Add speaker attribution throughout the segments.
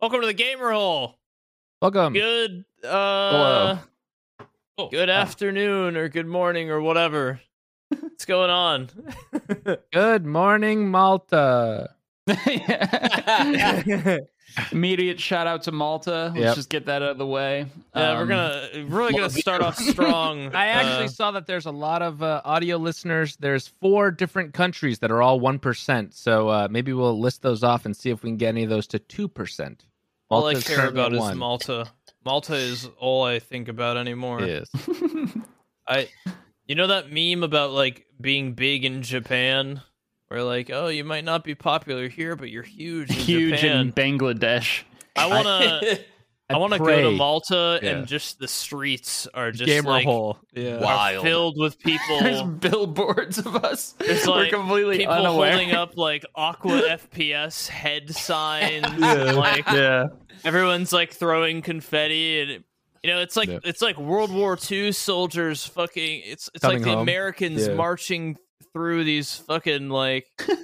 Speaker 1: Welcome to the gamer hole.
Speaker 2: Welcome.
Speaker 1: Good uh
Speaker 3: Oh,
Speaker 1: good
Speaker 3: uh,
Speaker 1: afternoon or good morning or whatever. What's going on?
Speaker 2: Good morning, Malta.
Speaker 3: Uh, yeah. Immediate shout out to Malta. Let's
Speaker 2: Yep.
Speaker 3: just get that out of the way.
Speaker 1: Yeah, we're
Speaker 3: Um,
Speaker 1: gonna really gonna
Speaker 3: well,
Speaker 1: start off strong.
Speaker 2: I actually saw that there's a lot of uh, audio listeners. There's four different countries that are all 1%. So uh, maybe we'll list those off and see if we can get any of those to 2%.
Speaker 1: uh, all I
Speaker 2: Malta's
Speaker 1: care
Speaker 2: currently
Speaker 1: about
Speaker 2: at
Speaker 1: is
Speaker 2: one.
Speaker 1: Malta. Malta is all I think about anymore.
Speaker 2: Yes.
Speaker 1: I you know that meme about like being big in Japan? Where like, oh you might not be popular here, but you're huge in
Speaker 3: huge
Speaker 1: Japan.
Speaker 3: in Bangladesh.
Speaker 1: I wanna I wanna go to
Speaker 2: pray.
Speaker 1: Malta
Speaker 2: Yeah.
Speaker 1: and just the streets are just
Speaker 2: Gamer
Speaker 1: like
Speaker 2: hole. Yeah.
Speaker 1: are
Speaker 3: Wild.
Speaker 1: filled with
Speaker 3: There's
Speaker 1: people
Speaker 3: billboards of us.
Speaker 1: It's
Speaker 3: we're
Speaker 1: like
Speaker 3: completely
Speaker 1: people
Speaker 3: unaware.
Speaker 1: holding up like aqua FPS head signs
Speaker 3: Yeah.
Speaker 1: and like
Speaker 3: yeah.
Speaker 1: everyone's like throwing confetti and it- you know it's like
Speaker 2: Yep.
Speaker 1: it's like World War II soldiers fucking it's it's
Speaker 2: Coming
Speaker 1: like the
Speaker 2: home.
Speaker 1: Americans
Speaker 2: Yeah.
Speaker 1: marching through these fucking like
Speaker 2: It's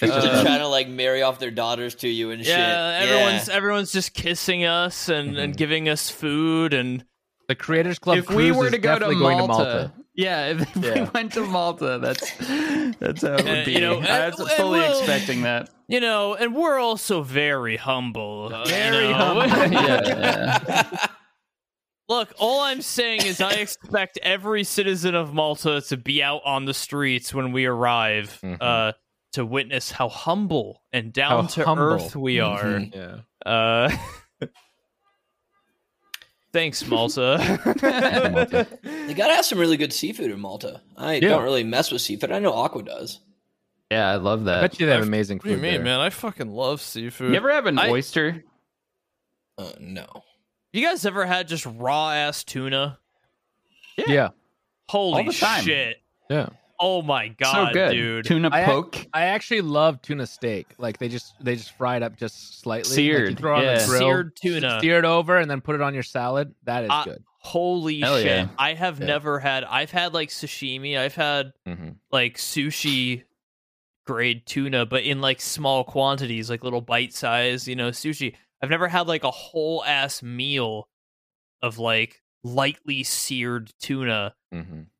Speaker 4: Just
Speaker 1: Uh,
Speaker 4: trying to like marry off their daughters to you and shit.
Speaker 1: yeah everyone's everyone's just kissing us and and
Speaker 3: Mm-hmm.
Speaker 2: Mhm.
Speaker 1: giving us food and
Speaker 2: the Creators Club
Speaker 3: if we
Speaker 2: cruise
Speaker 3: were
Speaker 2: is
Speaker 3: to go to
Speaker 2: definitely
Speaker 3: Malta,
Speaker 2: going to Malta.
Speaker 3: yeah, if we
Speaker 2: Yeah.
Speaker 3: went to Malta, that's that's how it would
Speaker 1: Uh,
Speaker 3: be.
Speaker 1: you know,
Speaker 3: I
Speaker 1: and-
Speaker 3: was
Speaker 1: and
Speaker 3: fully
Speaker 1: we'll-
Speaker 3: expecting that.
Speaker 1: you know and we're also very humble uh, you
Speaker 3: Very
Speaker 1: know.
Speaker 3: humble. yeah, yeah.
Speaker 1: Look, all I'm saying is I expect every citizen of Malta to be out on the streets when we arrive
Speaker 3: Mm-hmm.
Speaker 2: Mhm.
Speaker 1: uh, to witness how humble and down to
Speaker 2: humble. Mm-hmm.
Speaker 1: earth we are.
Speaker 3: Mm-hmm.
Speaker 4: Mhm.
Speaker 2: Yeah.
Speaker 1: Uh, thanks, Malta.
Speaker 4: They gotta have some really good seafood in Malta. I don't really mess with seafood. I know Aqua does.
Speaker 3: yeah, I love
Speaker 2: I
Speaker 3: that.
Speaker 2: bet you they have amazing
Speaker 1: what do you
Speaker 2: food
Speaker 1: mean,
Speaker 2: there.
Speaker 1: man? I fucking love seafood.
Speaker 3: You ever have an
Speaker 1: I-
Speaker 3: oyster?
Speaker 4: Uh, no.
Speaker 1: you guys ever had just raw ass tuna?
Speaker 3: Yeah.
Speaker 2: Yeah.
Speaker 1: Holy
Speaker 3: All the time.
Speaker 1: shit.
Speaker 2: Yeah.
Speaker 1: Oh my god,
Speaker 3: so good,
Speaker 1: dude.
Speaker 3: Tuna
Speaker 2: I-
Speaker 3: poke.
Speaker 2: I actually love tuna steak. Like they just they just fry it up just slightly, Like, you
Speaker 3: Seared,
Speaker 2: throw it on the
Speaker 3: yeah.
Speaker 2: grill,
Speaker 1: Seared tuna.
Speaker 2: steer it over, and then put it on your salad. That is
Speaker 1: Uh,
Speaker 2: good.
Speaker 1: Holy
Speaker 3: Hell
Speaker 1: shit.
Speaker 3: yeah.
Speaker 1: I have
Speaker 2: Yeah.
Speaker 1: never had I've had like sashimi, I've had like sushi grade tuna, but in like small quantities, like little bite size, you know, sushi. I've never had like a whole ass meal of like lightly seared tuna.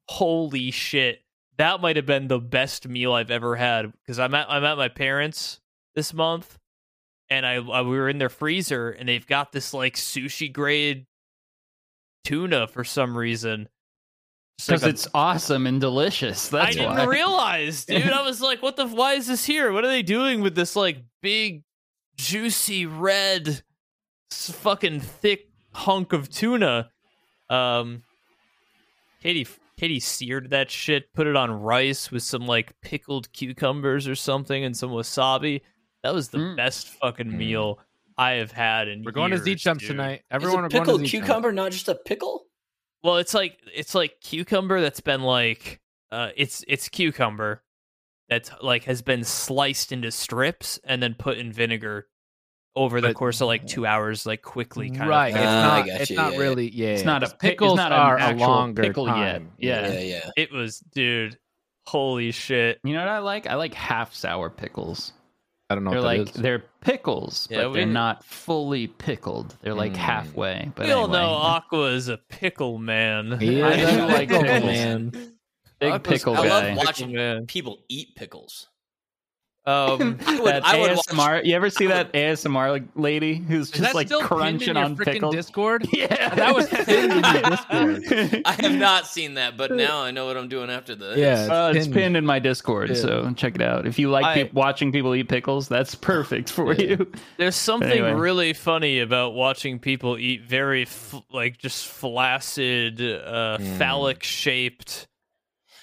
Speaker 1: Holy shit. That might have been the best meal I've ever had because I'm at I'm at my parents this month and I, I we were in their freezer and they've got this like sushi grade tuna for some reason. Just like
Speaker 3: Because
Speaker 1: a
Speaker 3: it's awesome and delicious. That's
Speaker 1: I didn't
Speaker 3: why.
Speaker 1: realize, dude. I was like, what the? Why is this here? What are they doing with this like big, juicy red, s- fucking thick hunk of tuna? Um, Katie, Katie seared that shit, put it on rice with some like pickled cucumbers or something, and some wasabi. That was the
Speaker 3: Mm.
Speaker 1: best fucking
Speaker 2: Mm.
Speaker 1: meal I have had in
Speaker 2: We're going to Z
Speaker 1: years,
Speaker 2: Chumps
Speaker 1: dude.
Speaker 2: tonight.
Speaker 4: Is
Speaker 2: Everyone
Speaker 4: a
Speaker 2: are
Speaker 4: pickled
Speaker 2: going to
Speaker 4: cucumber not just a pickle?
Speaker 1: Well, it's like it's like cucumber that's been like uh it's it's cucumber that's like has been sliced into strips and then put in vinegar over the
Speaker 2: But-
Speaker 1: course of like 2 hours like quickly kind
Speaker 2: Right.
Speaker 1: of
Speaker 2: It's
Speaker 1: thing.
Speaker 4: Ah, I
Speaker 2: not.
Speaker 4: got
Speaker 2: It's
Speaker 4: you,
Speaker 2: not
Speaker 4: yeah,
Speaker 2: really. Yeah.
Speaker 3: It's not a pick-
Speaker 2: pickles
Speaker 3: it's not an
Speaker 2: are a
Speaker 3: actual
Speaker 2: longer
Speaker 3: pickle
Speaker 2: time.
Speaker 3: yet. Yeah.
Speaker 4: yeah. yeah.
Speaker 1: It was dude. Holy shit.
Speaker 3: You know what I like? I like half sour pickles.
Speaker 2: I don't know.
Speaker 3: They're
Speaker 2: what that
Speaker 3: like
Speaker 2: is.
Speaker 3: they're pickles,
Speaker 1: Yeah,
Speaker 3: but they're
Speaker 1: we-
Speaker 3: not fully pickled. They're like
Speaker 2: Mm.
Speaker 3: halfway. But
Speaker 1: we all
Speaker 3: anyway,
Speaker 1: know uh, Aqua is a pickle man.
Speaker 2: He
Speaker 3: I
Speaker 2: is a
Speaker 3: do like
Speaker 2: pickle
Speaker 3: pickles.
Speaker 2: man.
Speaker 3: big
Speaker 1: Aqua's-
Speaker 3: pickle
Speaker 4: I love
Speaker 3: guy.
Speaker 4: watching
Speaker 1: Pickle man.
Speaker 4: People eat pickles.
Speaker 1: Um
Speaker 4: I would,
Speaker 3: that
Speaker 4: I would
Speaker 3: ASMR.
Speaker 4: watch.
Speaker 3: You ever see that ASMR like, lady who's
Speaker 2: Is
Speaker 3: just
Speaker 2: that
Speaker 3: like
Speaker 2: still pinned in
Speaker 3: crunching
Speaker 2: your
Speaker 3: on
Speaker 2: frickin'
Speaker 3: pickles?
Speaker 2: Discord?
Speaker 3: Yeah,
Speaker 2: That was pinned in your
Speaker 4: I have not seen that, but now I know what I'm doing after this.
Speaker 2: Yeah.
Speaker 3: Uh,
Speaker 2: It's
Speaker 3: it's
Speaker 2: pinned.
Speaker 3: pinned in my Discord,
Speaker 2: Yeah.
Speaker 3: so check it out. If you like
Speaker 1: I-
Speaker 3: peop watching people eat pickles, that's perfect for
Speaker 2: Yeah.
Speaker 3: you.
Speaker 1: There's something
Speaker 3: Anyway.
Speaker 1: really funny about watching people eat very f- like just flaccid, uh,
Speaker 2: Mm.
Speaker 1: phallic shaped.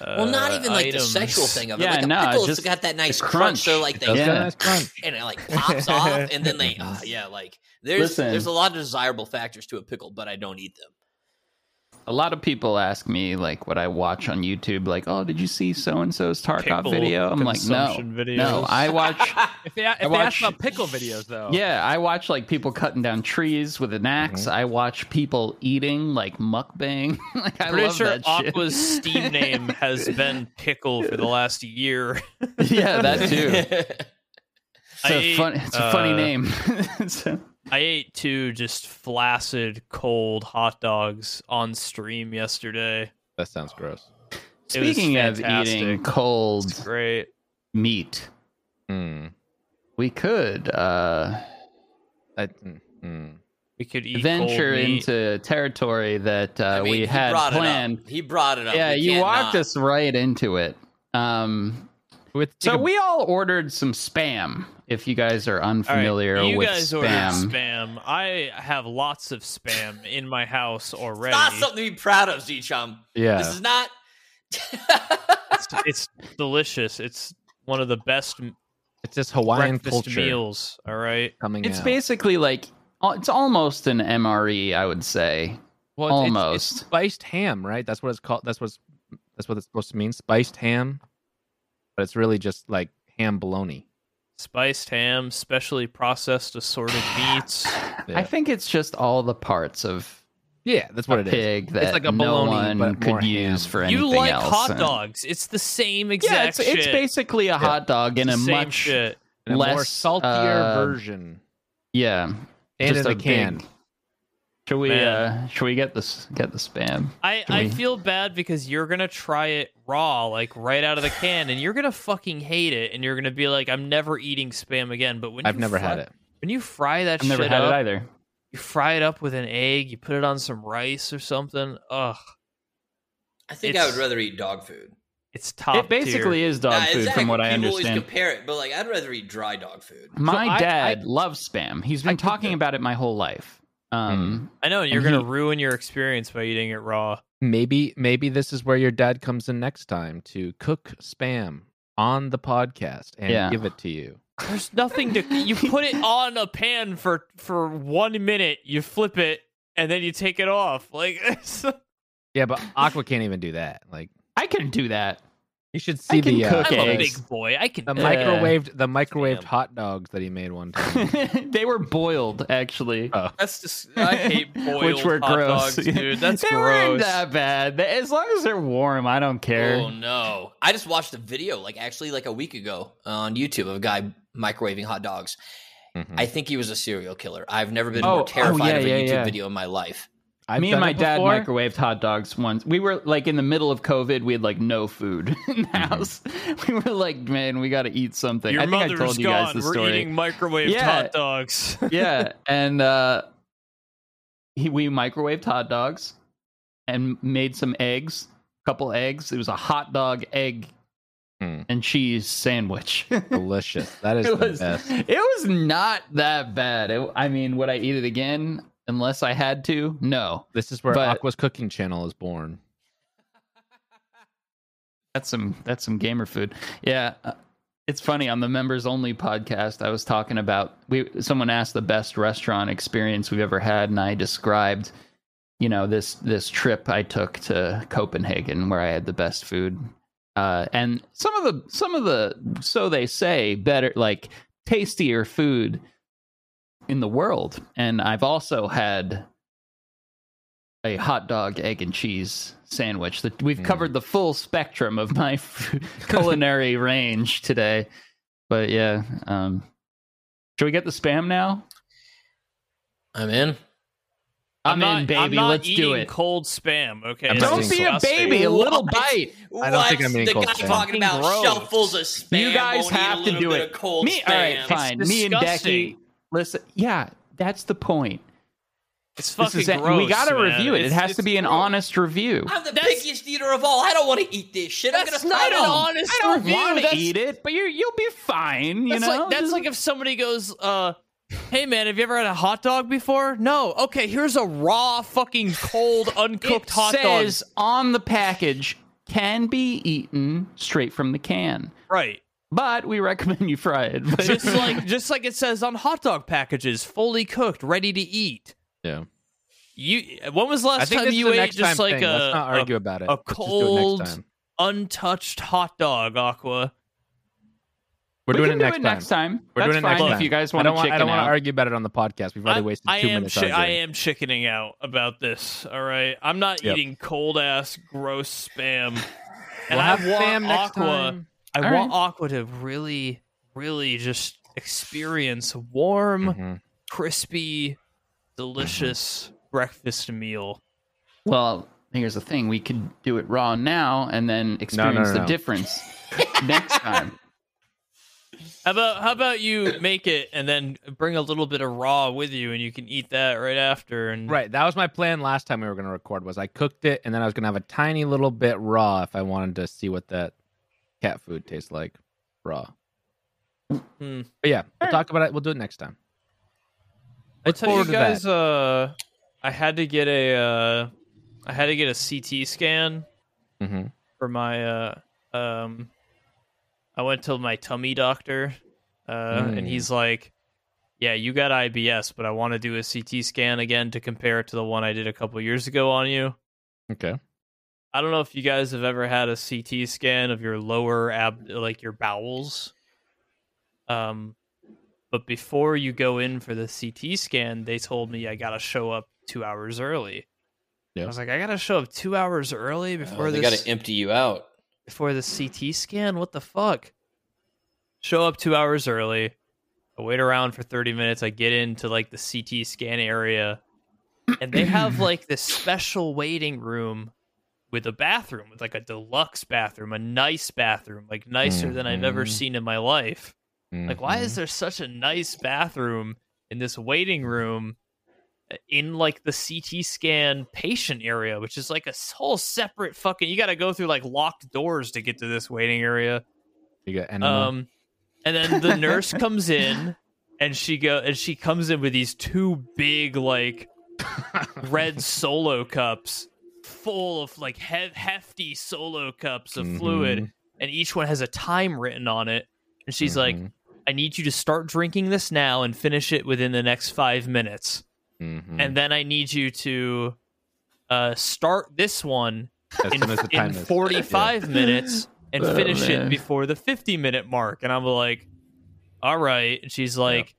Speaker 1: Uh,
Speaker 4: Hmm. Well, not even like the
Speaker 1: items.
Speaker 4: sexual thing of it.
Speaker 3: Yeah,
Speaker 4: like a
Speaker 3: no,
Speaker 4: pickle,
Speaker 3: just
Speaker 4: it's got that nice
Speaker 3: the
Speaker 4: crunch. So
Speaker 3: crunch.
Speaker 4: like they
Speaker 2: That's
Speaker 3: Yeah.
Speaker 2: got a nice crunch.
Speaker 4: and it like pops off, and then they uh, yeah like there's
Speaker 3: Listen.
Speaker 4: there's a lot of desirable factors to a pickle, but I don't eat them.
Speaker 3: A lot of people ask me like what I watch on YouTube, like, "Oh, did you see so and so's Tarkov
Speaker 1: Pickle
Speaker 3: video?" I'm like, "No,
Speaker 1: consumption videos. Oh.
Speaker 3: no, I watch."
Speaker 2: If they, if they ask
Speaker 3: watch-
Speaker 2: about pickle videos though,
Speaker 3: Yeah, I watch like people cutting down trees with an ax
Speaker 1: Mm-hmm.
Speaker 3: I watch people eating like mukbang. like I
Speaker 1: Pretty
Speaker 3: love
Speaker 1: sure
Speaker 3: that shit.
Speaker 1: Aqua's Steam name has been Pickle for the last year.
Speaker 3: yeah, that too. It's
Speaker 1: I
Speaker 3: a
Speaker 1: ate,
Speaker 3: fun. It's a funny
Speaker 1: uh,
Speaker 3: name. So-
Speaker 1: I ate two just flaccid, cold hot dogs on stream yesterday.
Speaker 2: That sounds gross.
Speaker 1: It was
Speaker 3: speaking of eating
Speaker 1: fantastic.
Speaker 3: cold
Speaker 1: Great.
Speaker 3: meat,
Speaker 2: Mm.
Speaker 3: we could uh,
Speaker 2: I, mm, mm.
Speaker 1: We could eat
Speaker 3: venture
Speaker 1: cold meat.
Speaker 3: into territory that uh,
Speaker 4: I mean,
Speaker 3: we
Speaker 4: he
Speaker 3: had
Speaker 4: brought
Speaker 3: planned.
Speaker 4: It up. He brought it up.
Speaker 3: Yeah,
Speaker 4: We
Speaker 3: you
Speaker 4: can't
Speaker 3: walked
Speaker 4: not.
Speaker 3: us right into it. Um,
Speaker 2: With
Speaker 3: so we all ordered some spam. If you guys are
Speaker 1: All right,
Speaker 3: unfamiliar
Speaker 1: you
Speaker 3: with
Speaker 1: guys ordered
Speaker 3: spam,
Speaker 1: spam. I have lots of spam in my house
Speaker 4: It's
Speaker 1: already.
Speaker 4: not something to be proud of, Zichum.
Speaker 2: yeah.
Speaker 4: This is not.
Speaker 1: it's, it's delicious. It's one of the best m-
Speaker 2: it's just Hawaiian
Speaker 1: breakfast
Speaker 2: culture
Speaker 1: meals. All right.
Speaker 2: coming
Speaker 3: it's
Speaker 2: out.
Speaker 3: basically like al- it's almost an MRE, I would say.
Speaker 2: Well, it's- it's- it's
Speaker 3: Almost.
Speaker 2: spiced ham, right? That's what it's called. That's what's that's what it's supposed to mean, spiced ham. But it's really just like ham bologna.
Speaker 1: Spiced ham, specially processed assorted meats.
Speaker 3: I think it's just all the parts of
Speaker 2: Yeah, that's
Speaker 3: a
Speaker 2: what it is.
Speaker 3: pig that
Speaker 2: like a
Speaker 3: no
Speaker 2: bologna,
Speaker 3: one
Speaker 2: but more
Speaker 3: could use
Speaker 2: ham.
Speaker 3: for anything
Speaker 1: You like
Speaker 3: else.
Speaker 1: hot
Speaker 3: And-
Speaker 1: dogs. It's the same exact
Speaker 3: Yeah, it's,
Speaker 1: shit.
Speaker 3: it's basically a hot dog in
Speaker 1: It's
Speaker 3: a
Speaker 1: the same
Speaker 3: much
Speaker 1: shit.
Speaker 2: And a more
Speaker 3: less,
Speaker 2: saltier
Speaker 3: uh,
Speaker 2: version.
Speaker 3: yeah.
Speaker 2: And
Speaker 3: just
Speaker 2: in a
Speaker 3: big-
Speaker 2: can.
Speaker 3: Should we
Speaker 1: Man.
Speaker 3: uh should we get this get the spam?
Speaker 1: I,
Speaker 3: Do
Speaker 1: I
Speaker 3: we-
Speaker 1: feel bad because you're gonna try it raw, like right out of the can, and you're gonna fucking hate it, and you're gonna be like, "I'm never eating spam again." But when
Speaker 2: I've
Speaker 1: you
Speaker 2: never
Speaker 1: fry-
Speaker 2: had it.
Speaker 1: When you fry that
Speaker 3: I've never
Speaker 1: shit
Speaker 3: had
Speaker 1: up,
Speaker 3: it either.
Speaker 1: you fry it up with an egg, you put it on some rice or something. Ugh,
Speaker 4: I think I
Speaker 1: It's-
Speaker 4: would rather eat dog food.
Speaker 1: it's top.
Speaker 3: it basically
Speaker 1: tier.
Speaker 3: is dog
Speaker 4: Nah,
Speaker 3: food
Speaker 4: exactly.
Speaker 3: from what I
Speaker 4: People always
Speaker 3: understand.
Speaker 4: compare it, but like I'd rather eat dry dog food.
Speaker 3: My
Speaker 2: So I-
Speaker 3: dad
Speaker 2: I-
Speaker 3: loves spam. He's
Speaker 2: I
Speaker 3: been
Speaker 2: could
Speaker 3: talking
Speaker 2: do-
Speaker 3: about it my whole life. Um
Speaker 1: I know, and you're
Speaker 3: and
Speaker 1: gonna
Speaker 3: he-
Speaker 1: ruin your experience by eating it raw.
Speaker 2: Maybe maybe this is where your dad comes in next time to cook spam on the podcast and
Speaker 3: Yeah.
Speaker 2: give it to you.
Speaker 1: There's nothing to. You put it on a pan for for one minute, you flip it, and then you take it off. Like, it's,
Speaker 2: Yeah, but Aqua can't even do that. Like
Speaker 3: I can do that.
Speaker 2: you should
Speaker 3: I
Speaker 2: see
Speaker 3: can
Speaker 2: the uh,
Speaker 3: cook
Speaker 1: I'm a
Speaker 3: eggs.
Speaker 1: big boy. I can.
Speaker 2: the
Speaker 1: do
Speaker 3: mic-
Speaker 1: that.
Speaker 2: microwaved the microwaved
Speaker 1: Spam.
Speaker 2: hot dogs that he made one time.
Speaker 3: they were boiled actually.
Speaker 2: Oh.
Speaker 1: That's just. I hate boiled
Speaker 3: Which were
Speaker 1: hot dogs,
Speaker 3: gross.
Speaker 1: dude. That's
Speaker 3: they
Speaker 1: gross.
Speaker 3: weren't that bad. They- As long as they're warm, I don't care.
Speaker 4: Oh no! I just watched a video, like actually, like a week ago on YouTube of a guy microwaving hot dogs.
Speaker 2: Mhm.
Speaker 4: I think he was a serial killer. I've never been
Speaker 3: Oh, oh,
Speaker 4: more terrified
Speaker 3: yeah,
Speaker 4: of a
Speaker 3: yeah,
Speaker 4: YouTube
Speaker 3: yeah.
Speaker 4: video in my life.
Speaker 2: I've
Speaker 3: Me and
Speaker 2: done
Speaker 3: my
Speaker 2: it
Speaker 3: dad
Speaker 2: before.
Speaker 3: microwaved hot dogs once. We were like in the middle of COVID. We had like no food in the
Speaker 2: Mm-hmm.
Speaker 3: house. We were like, man, we got to eat something.
Speaker 1: Your
Speaker 3: I think I
Speaker 1: mother's
Speaker 3: told you
Speaker 1: gone.
Speaker 3: guys the
Speaker 1: We're
Speaker 3: story.
Speaker 1: eating microwaved
Speaker 3: Yeah.
Speaker 1: hot dogs.
Speaker 3: yeah, and uh, he, we microwaved hot dogs and made some eggs, couple eggs. It was a hot dog egg
Speaker 2: Mm.
Speaker 3: and cheese sandwich.
Speaker 2: Delicious. That is
Speaker 3: it
Speaker 2: the
Speaker 3: was
Speaker 2: best.
Speaker 3: it was not that bad. It- I mean, would I eat it again unless I had to? No,
Speaker 2: This is where
Speaker 3: But-
Speaker 2: Aqua's cooking channel is born.
Speaker 3: that's some that's some gamer food. Yeah. uh, It's funny on the members only podcast. I was talking about we. Someone asked the best restaurant experience we've ever had, and I described, you know, this this trip I took to Copenhagen where I had the best food, uh, and some of the some of the so they say better like tastier food in the world. And I've also had a hot dog, egg and cheese sandwich. That we've
Speaker 2: Mm.
Speaker 3: covered the full spectrum of my culinary range today. But yeah, um, should we get the spam now?
Speaker 4: I'm in.
Speaker 3: I'm,
Speaker 1: not,
Speaker 3: in, baby.
Speaker 1: I'm not
Speaker 3: Let's
Speaker 1: eating
Speaker 3: do it.
Speaker 1: cold spam. Okay,
Speaker 2: I'm
Speaker 1: It's
Speaker 2: not
Speaker 3: Don't
Speaker 2: eating
Speaker 3: be a
Speaker 1: disgusting.
Speaker 3: baby. A little
Speaker 4: What?
Speaker 3: bite.
Speaker 2: I don't think I'm
Speaker 4: What's
Speaker 2: eating
Speaker 4: the
Speaker 2: cold
Speaker 4: guy
Speaker 2: spam.
Speaker 4: talking about
Speaker 1: Gross.
Speaker 4: shovelfuls of spam.
Speaker 3: You guys
Speaker 4: won't eat a
Speaker 3: have to
Speaker 4: little
Speaker 3: do
Speaker 4: bit
Speaker 3: it.
Speaker 4: of cold
Speaker 3: Me,
Speaker 4: spam.
Speaker 3: all right, fine. Me and Decky.
Speaker 1: disgusting.
Speaker 3: Listen, yeah, that's the point.
Speaker 1: It's
Speaker 3: This
Speaker 1: fucking
Speaker 3: is
Speaker 1: gross.
Speaker 3: we got to
Speaker 1: man.
Speaker 3: review it.
Speaker 1: It's-
Speaker 3: it has
Speaker 1: it's
Speaker 3: to be an
Speaker 1: gross.
Speaker 3: honest review.
Speaker 4: I'm the
Speaker 1: That's-
Speaker 4: pickiest eater of all. I don't want to eat this shit. I'm gonna
Speaker 1: That's
Speaker 4: find
Speaker 1: not an
Speaker 4: out.
Speaker 1: honest
Speaker 3: I don't
Speaker 1: review.
Speaker 3: want to
Speaker 1: That's-
Speaker 3: eat it, but you you'll be fine. You
Speaker 1: That's
Speaker 3: know,
Speaker 1: like that's
Speaker 3: Just-
Speaker 1: like if somebody goes, uh, "Hey man, have you ever had a hot dog before?" No. Okay, here's a raw, fucking cold, uncooked
Speaker 3: it
Speaker 1: hot dog.
Speaker 3: says on the package can be eaten straight from the can,
Speaker 1: Right.
Speaker 3: but we recommend you fry it. But-
Speaker 1: Just like just like it says on hot dog packages, fully cooked, ready to eat.
Speaker 2: Yeah.
Speaker 1: You. When was the last
Speaker 2: I think
Speaker 1: time
Speaker 2: this
Speaker 1: you
Speaker 2: is a
Speaker 1: ate
Speaker 2: next
Speaker 1: just
Speaker 2: time
Speaker 1: like
Speaker 2: thing.
Speaker 1: a,
Speaker 2: Let's not
Speaker 1: a
Speaker 2: argue about it.
Speaker 1: a
Speaker 2: Let's just do it
Speaker 1: cold-
Speaker 2: next time.
Speaker 1: untouched hot dog, Aqua?
Speaker 2: We're
Speaker 3: we
Speaker 2: doing
Speaker 3: can
Speaker 2: it
Speaker 3: do
Speaker 2: next
Speaker 3: it
Speaker 2: time.
Speaker 3: next time.
Speaker 2: We're
Speaker 3: That's
Speaker 2: doing it
Speaker 3: fine
Speaker 2: next time.
Speaker 3: if you guys
Speaker 2: I
Speaker 3: want
Speaker 2: don't
Speaker 3: to
Speaker 2: want.
Speaker 3: chicken
Speaker 2: I don't want
Speaker 3: out.
Speaker 2: to argue about it on the podcast. We've already
Speaker 1: I'm-
Speaker 2: wasted
Speaker 1: I
Speaker 2: two
Speaker 1: am
Speaker 2: minutes.
Speaker 1: chi-
Speaker 2: arguing.
Speaker 1: I am chickening out about this. All right, I'm not
Speaker 2: Yep.
Speaker 1: eating cold ass gross spam. And
Speaker 2: We'll
Speaker 1: I
Speaker 2: have
Speaker 1: want
Speaker 2: Sam next
Speaker 1: Aqua.
Speaker 2: time.
Speaker 1: I
Speaker 3: All
Speaker 1: want Aqua to really, really just experience warm,
Speaker 3: Mm-hmm.
Speaker 2: Mhm.
Speaker 1: crispy, delicious
Speaker 2: Mm-hmm.
Speaker 1: breakfast meal.
Speaker 3: Well, here's the thing: we could do it raw now and then experience the
Speaker 2: no.
Speaker 3: difference next time.
Speaker 1: How about how about you make it and then bring a little bit of raw with you, and you can eat that right after. And
Speaker 2: Right. That was my plan last time we were going to record was I cooked it and then I was going to have a tiny little bit raw if I wanted to see what that cat food tastes like raw.
Speaker 1: Hmm.
Speaker 2: But yeah, we'll talk about it. We'll do it next time.
Speaker 1: I tell you
Speaker 2: forward to that.
Speaker 1: guys, uh, I had to get a, uh, I had to get a CT scan
Speaker 2: Mhm.
Speaker 1: for my, uh, um, I went to my tummy doctor, uh, and
Speaker 2: Mm.
Speaker 1: he's like, "Yeah, you got IBS, but I want to do a CT scan again to compare it to the one I did a couple years ago on you."
Speaker 2: Okay.
Speaker 1: I don't know if you guys have ever had a CT scan of your lower ab, like your bowels. Um, but before you go in for the CT scan, they told me I gotta show up two hours early.
Speaker 2: Yeah.
Speaker 1: I was like, I gotta show up two hours early before
Speaker 4: Oh, they got
Speaker 1: this
Speaker 4: to empty you out.
Speaker 1: before the CT scan. What the fuck? Show up two hours early. I wait around for thirty minutes. I get into like the CT scan area, and they have like this special waiting room with a bathroom, with like a deluxe bathroom, a nice bathroom, like nicer than I've ever
Speaker 2: Mhm.
Speaker 1: seen in my life. Like, why
Speaker 2: Mhm.
Speaker 1: is there such a nice bathroom in this waiting room uh, in like the CT scan patient area, which is like a s- whole separate fucking? You got to go through like locked doors to get to this waiting area.
Speaker 2: you got enema?
Speaker 1: Um, and then the nurse comes in and she go and she comes in with these two big like red solo cups full of like he- hefty solo cups of fluid and each one has a time written on it and she's like
Speaker 2: Mhm.
Speaker 1: I need you to start drinking this now and finish it within the next five minutes.
Speaker 2: Mhm.
Speaker 1: And then I need you to uh, start this one
Speaker 2: as
Speaker 1: in,
Speaker 2: soon as the time
Speaker 1: in
Speaker 2: is.
Speaker 1: 45 minutes and
Speaker 3: Oh,
Speaker 1: finish
Speaker 3: man.
Speaker 1: it before the 50 minute mark. And I'm like, all right. And she's like,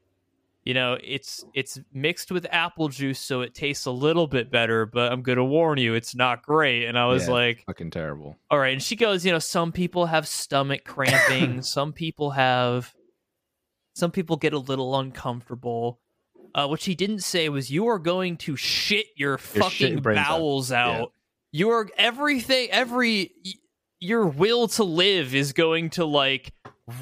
Speaker 1: you know, it's it's mixed with apple juice, so it tastes a little bit better, but I'm going to warn you, it's not great. And I was
Speaker 2: Yeah.
Speaker 1: like,
Speaker 2: Fucking terrible.
Speaker 1: all right and she goes you know some people have stomach cramping some people have some people get a little uncomfortable uh, what she didn't say was you are going to shit your
Speaker 2: your
Speaker 1: fucking
Speaker 2: brains out.
Speaker 1: bowels
Speaker 2: Yeah.
Speaker 1: out your everything every y- your will to live is going to like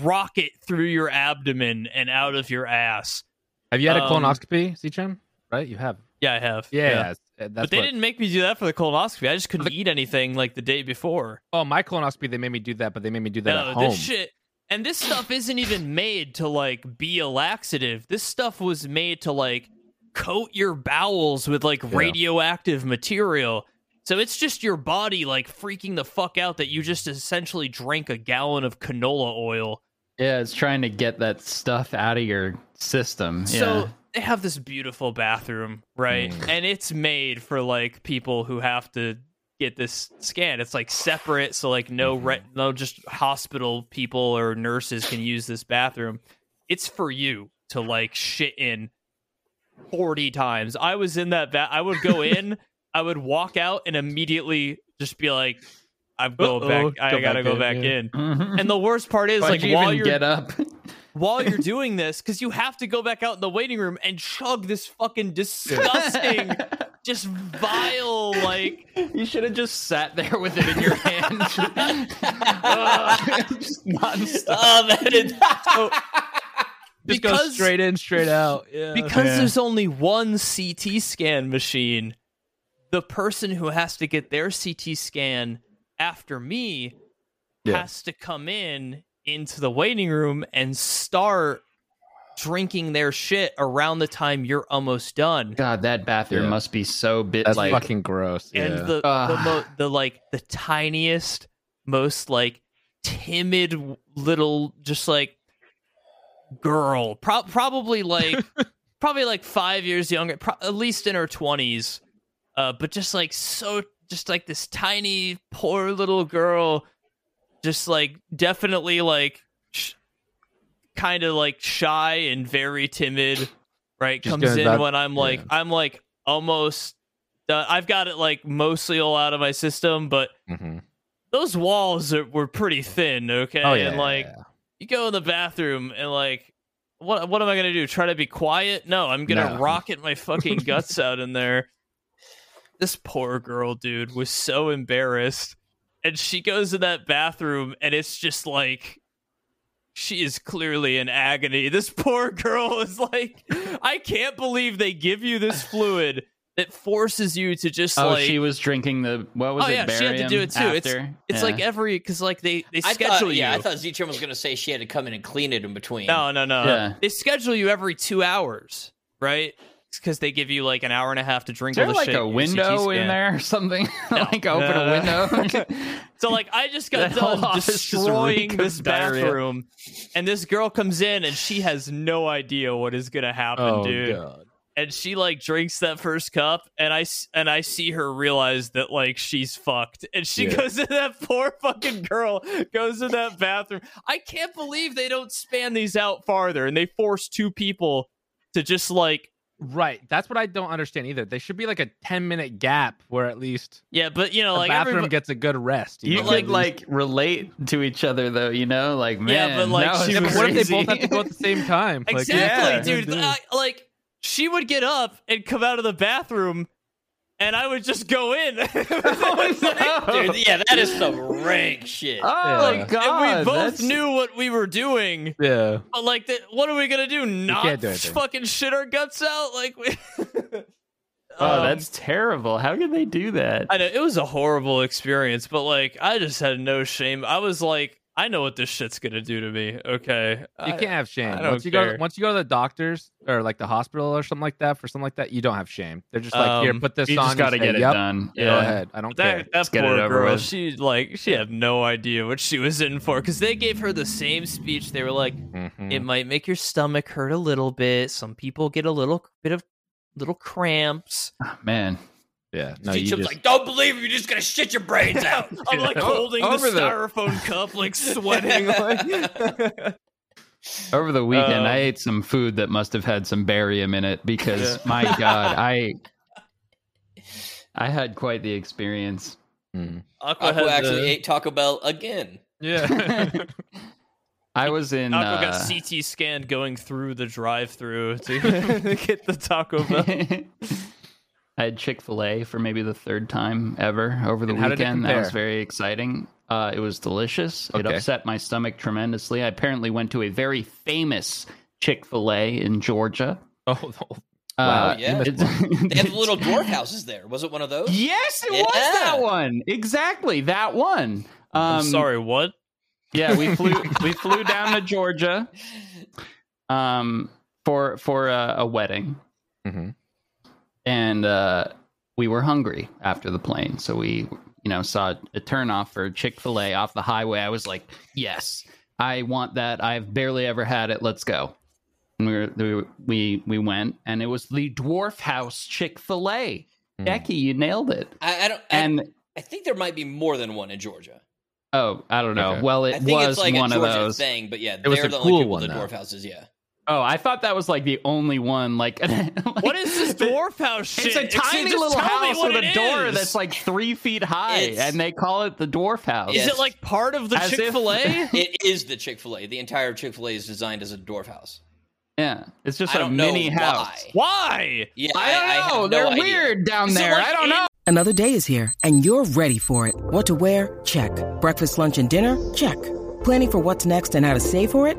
Speaker 1: rocket through your abdomen and out of your ass
Speaker 2: Have you had a
Speaker 1: Um,
Speaker 2: colonoscopy, Seachem? Right? You have.
Speaker 1: yeah i have
Speaker 2: Yeah. yeah. That's
Speaker 1: but they
Speaker 2: what-
Speaker 1: didn't make me do that for the colonoscopy i just couldn't
Speaker 2: The-
Speaker 1: eat anything like the day before
Speaker 2: Oh, my colonoscopy, they made me do that, but they made me do that
Speaker 1: no,
Speaker 2: at home.
Speaker 1: this shit. And this stuff isn't even made to like be a laxative. This stuff was made to like coat your bowels with like radioactive material. So it's just your body like freaking the fuck out that you just essentially drank a gallon of canola oil.
Speaker 3: Yeah, it's trying to get that stuff out of your system.
Speaker 1: So they have this beautiful bathroom, right?
Speaker 3: Mm.
Speaker 1: And it's made for like people who have to get this scan. It's like separate, so like no
Speaker 3: Mm-hmm.
Speaker 1: re- no just hospital people or nurses can use this bathroom. It's for you to like shit in 40 times. I was in that ba- I would go in, I would walk out and immediately just be like I'm going
Speaker 3: Uh-oh,
Speaker 1: back. I
Speaker 3: go
Speaker 1: gotta
Speaker 3: back
Speaker 1: go
Speaker 3: in,
Speaker 1: back
Speaker 3: yeah.
Speaker 1: in.
Speaker 3: yeah.
Speaker 1: And the worst part is
Speaker 3: Why'd
Speaker 1: like
Speaker 3: you
Speaker 1: while
Speaker 3: even
Speaker 1: you're
Speaker 3: get up.
Speaker 1: while you're doing this because you have to go back out in the waiting room and chug this fucking disgusting, just vile, like
Speaker 3: you should have just sat there with it in your hand. Ugh, just nonstop.
Speaker 4: Oh, that is.
Speaker 2: Just go
Speaker 1: um, because-
Speaker 2: straight in, straight out. Yeah.
Speaker 1: because
Speaker 3: Yeah.
Speaker 1: there's only one CT scan machine. The person who has to get their CT scan after me
Speaker 2: Yeah.
Speaker 1: has to come in into the waiting room and start drinking their shit around the time you're almost done.
Speaker 3: God, that bathroom
Speaker 2: Yeah.
Speaker 3: must be so bit
Speaker 2: That's
Speaker 3: like
Speaker 2: fucking gross.
Speaker 1: and
Speaker 2: yeah.
Speaker 1: the the,
Speaker 3: Ah.
Speaker 1: mo- the like the tiniest most like timid w- little just like girl pro- probably like probably like five years younger pro- at least in her 20s uh but just like so just like this tiny poor little girl just like definitely like sh- kind of like shy and very timid right
Speaker 2: Just
Speaker 1: comes
Speaker 2: doing
Speaker 1: in
Speaker 2: that-
Speaker 1: when i'm like
Speaker 2: yeah.
Speaker 1: i'm like almost done. i've got it like mostly all out of my system but
Speaker 2: Mhm.
Speaker 1: those walls are, were pretty thin okay
Speaker 2: Oh, yeah.
Speaker 1: and like you go in the bathroom and like what what am I gonna do? Try to be quiet? No, I'm gonna
Speaker 3: No.
Speaker 1: rocket my fucking guts out in there. This poor girl, dude, was so embarrassed. And she goes to that bathroom and it's just like she is clearly in agony. This poor girl is like, I can't believe they give you this fluid that forces you to just
Speaker 3: Oh,
Speaker 1: like
Speaker 3: she was drinking the what was
Speaker 1: Oh,
Speaker 3: it?
Speaker 1: yeah, she had to do
Speaker 3: barium
Speaker 1: it too. It's-
Speaker 3: after?
Speaker 1: it's
Speaker 3: Yeah.
Speaker 1: like every because like they they
Speaker 4: I
Speaker 1: schedule
Speaker 4: thought,
Speaker 1: you.
Speaker 4: yeah, I thought Z Trim was gonna say she had to come in and clean it in between.
Speaker 1: No, no, no.
Speaker 3: Yeah.
Speaker 1: They schedule you every two hours, right? Because they give you like an hour and a half to drink
Speaker 3: Is there
Speaker 1: all the
Speaker 3: like
Speaker 1: shit.
Speaker 3: a
Speaker 1: in your
Speaker 3: window
Speaker 1: CT
Speaker 3: in
Speaker 1: scan.
Speaker 3: there or something? like open
Speaker 1: No, no,
Speaker 3: a window.
Speaker 1: So like, I just got
Speaker 3: That whole
Speaker 1: done
Speaker 3: office just reeked
Speaker 1: destroying
Speaker 3: of
Speaker 1: this
Speaker 3: diarrhea.
Speaker 1: bathroom, and this girl comes in and she has no idea what is gonna happen,
Speaker 3: Oh,
Speaker 1: dude.
Speaker 2: Oh, god.
Speaker 1: And she like drinks that first cup, and I s- and I see her realize that like she's fucked, and she
Speaker 2: Yeah.
Speaker 1: goes to that poor fucking girl goes to that bathroom. I can't believe they don't span these out farther, and they force two people to just like
Speaker 2: Right. That's what I don't understand either. They should be like a 10 minute gap where at least
Speaker 1: Yeah, but you know,
Speaker 2: the
Speaker 1: like
Speaker 2: bathroom
Speaker 1: everybo-
Speaker 2: gets a good rest.
Speaker 3: you
Speaker 2: know?
Speaker 3: could
Speaker 1: like-
Speaker 3: like, relate to each other though, you know? Like
Speaker 1: Yeah,
Speaker 3: man,
Speaker 1: but, like,
Speaker 3: that
Speaker 1: she
Speaker 2: Yeah,
Speaker 3: was
Speaker 2: but what if they
Speaker 3: crazy.
Speaker 2: both have to go at the same time? Like,
Speaker 1: exactly,
Speaker 2: yeah. Mm-hmm.
Speaker 1: dude. I, like she would get up and come out of the bathroom, and I would just go in.
Speaker 3: Oh, no.
Speaker 4: Dude, yeah, that is some rank shit.
Speaker 3: Oh
Speaker 2: Yeah.
Speaker 3: my god.
Speaker 1: and we both
Speaker 3: that's-
Speaker 1: knew what we were doing,
Speaker 2: Yeah.
Speaker 1: but like, that what are we gonna do? Not
Speaker 2: can't do anything.
Speaker 1: fucking shit our guts out? Like, we-
Speaker 3: Oh,
Speaker 1: Um,
Speaker 3: that's terrible. How could they do that?
Speaker 1: I know it was a horrible experience, but like, I just had no shame. I was like, I know what this shit's gonna do to me. Okay,
Speaker 2: You can't have shame.
Speaker 1: I don't
Speaker 2: once you go
Speaker 1: care.
Speaker 2: once you go to the doctors or like the hospital or something like that for something like that, you don't have shame. They're just like, here,
Speaker 1: Um,
Speaker 2: put this
Speaker 3: you
Speaker 2: on.
Speaker 3: just got to
Speaker 2: say,
Speaker 3: get it
Speaker 2: "Yep,
Speaker 3: done. Yeah.
Speaker 2: Go ahead. I don't care.
Speaker 1: That, that
Speaker 3: Let's get
Speaker 1: poor
Speaker 3: it over
Speaker 1: girl,
Speaker 3: with.
Speaker 1: she like she had no idea what she was in for because they gave her the same speech. They were like,
Speaker 2: Mm-hmm.
Speaker 1: "It
Speaker 2: Mm.
Speaker 1: might make your stomach hurt a little bit. Some people get a little bit of little cramps."
Speaker 3: Man.
Speaker 2: Yeah. No,
Speaker 4: Z
Speaker 2: you
Speaker 4: Trim's
Speaker 2: just,
Speaker 4: like, don't believe him, you're just gonna shit your brains out.
Speaker 1: I'm like holding the
Speaker 2: over the-
Speaker 1: styrofoam cup, like sweating. like-
Speaker 3: Over the weekend,
Speaker 1: Um,
Speaker 3: I ate some food that must have had some barium in it because, my God, I I had quite the experience.
Speaker 2: Mm.
Speaker 1: Aqua,
Speaker 4: Aqua
Speaker 1: had
Speaker 4: actually
Speaker 1: the-
Speaker 4: ate Taco Bell again.
Speaker 2: yeah.
Speaker 3: I was in.
Speaker 1: Aqua got
Speaker 3: uh,
Speaker 1: CT scanned going through the drive-through to get the Taco Bell.
Speaker 3: I had Chick Fil A for maybe the third time ever over the
Speaker 2: And how did it
Speaker 3: weekend. That was
Speaker 2: compare?
Speaker 3: very exciting. Uh, it was delicious. It
Speaker 2: Okay.
Speaker 3: upset my stomach tremendously. I apparently went to a very famous Chick Fil A in Georgia.
Speaker 2: oh, oh,
Speaker 4: Wow,
Speaker 3: Uh,
Speaker 4: yeah.
Speaker 3: it's-
Speaker 4: They have the little dwarf houses there. Was it one of those?
Speaker 3: Yes, it was
Speaker 4: Yeah.
Speaker 3: that one. Exactly that one. Um,
Speaker 1: I'm sorry, what?
Speaker 3: Yeah, we flew we flew down to Georgia, um, for for a, a wedding, Mm-hmm.
Speaker 2: Mhm.
Speaker 3: and uh, we were hungry after the plane, so we you know saw a turn off for Chick Fil A off the highway. I was like, yes, I want that. I've barely ever had it. Let's go. And we were, we were- we we went, and it was the Dwarf House Chick Fil A.
Speaker 2: Mm.
Speaker 3: Becky, you nailed it.
Speaker 4: I, I don't. I,
Speaker 3: And
Speaker 4: I think there might be more than one in Georgia.
Speaker 3: oh, I don't know.
Speaker 2: Okay.
Speaker 3: Well,
Speaker 4: I
Speaker 3: it
Speaker 4: think
Speaker 3: was
Speaker 4: it's like
Speaker 3: one
Speaker 4: a
Speaker 3: of
Speaker 4: Georgia
Speaker 3: those.
Speaker 4: thing, but yeah,
Speaker 2: It was
Speaker 4: they're
Speaker 2: a
Speaker 4: the
Speaker 2: cool
Speaker 4: only people
Speaker 2: one,
Speaker 4: with the
Speaker 2: though.
Speaker 4: dwarf houses. Yeah,
Speaker 3: Oh, I thought that was like the only one. Like,
Speaker 1: What is this dwarf house shit?
Speaker 3: It's a
Speaker 1: Except
Speaker 3: tiny
Speaker 1: just
Speaker 3: little
Speaker 1: tell me
Speaker 3: house
Speaker 1: what
Speaker 3: with a
Speaker 1: it
Speaker 3: door
Speaker 1: is.
Speaker 3: that's like three feet high,
Speaker 4: It's-
Speaker 3: and they call it the dwarf house.
Speaker 1: Is
Speaker 4: Yes.
Speaker 1: it like part of the
Speaker 3: As if-
Speaker 1: Chick Fil A?
Speaker 4: it is the Chick Fil A. The entire Chick Fil A is designed as a dwarf house.
Speaker 3: Yeah, it's just
Speaker 4: I
Speaker 3: a
Speaker 4: don't
Speaker 3: mini
Speaker 4: know
Speaker 3: house.
Speaker 1: Why?
Speaker 4: why. Yeah,
Speaker 3: I don't
Speaker 4: have
Speaker 3: know.
Speaker 4: no
Speaker 3: They're
Speaker 4: idea.
Speaker 3: weird down
Speaker 1: Is it
Speaker 3: there.
Speaker 1: like
Speaker 3: I don't
Speaker 1: in-
Speaker 3: know.
Speaker 5: Another day is here, and you're ready for it. What to wear? Check. Breakfast, lunch, and dinner? Check. Planning for what's next and how to save for it?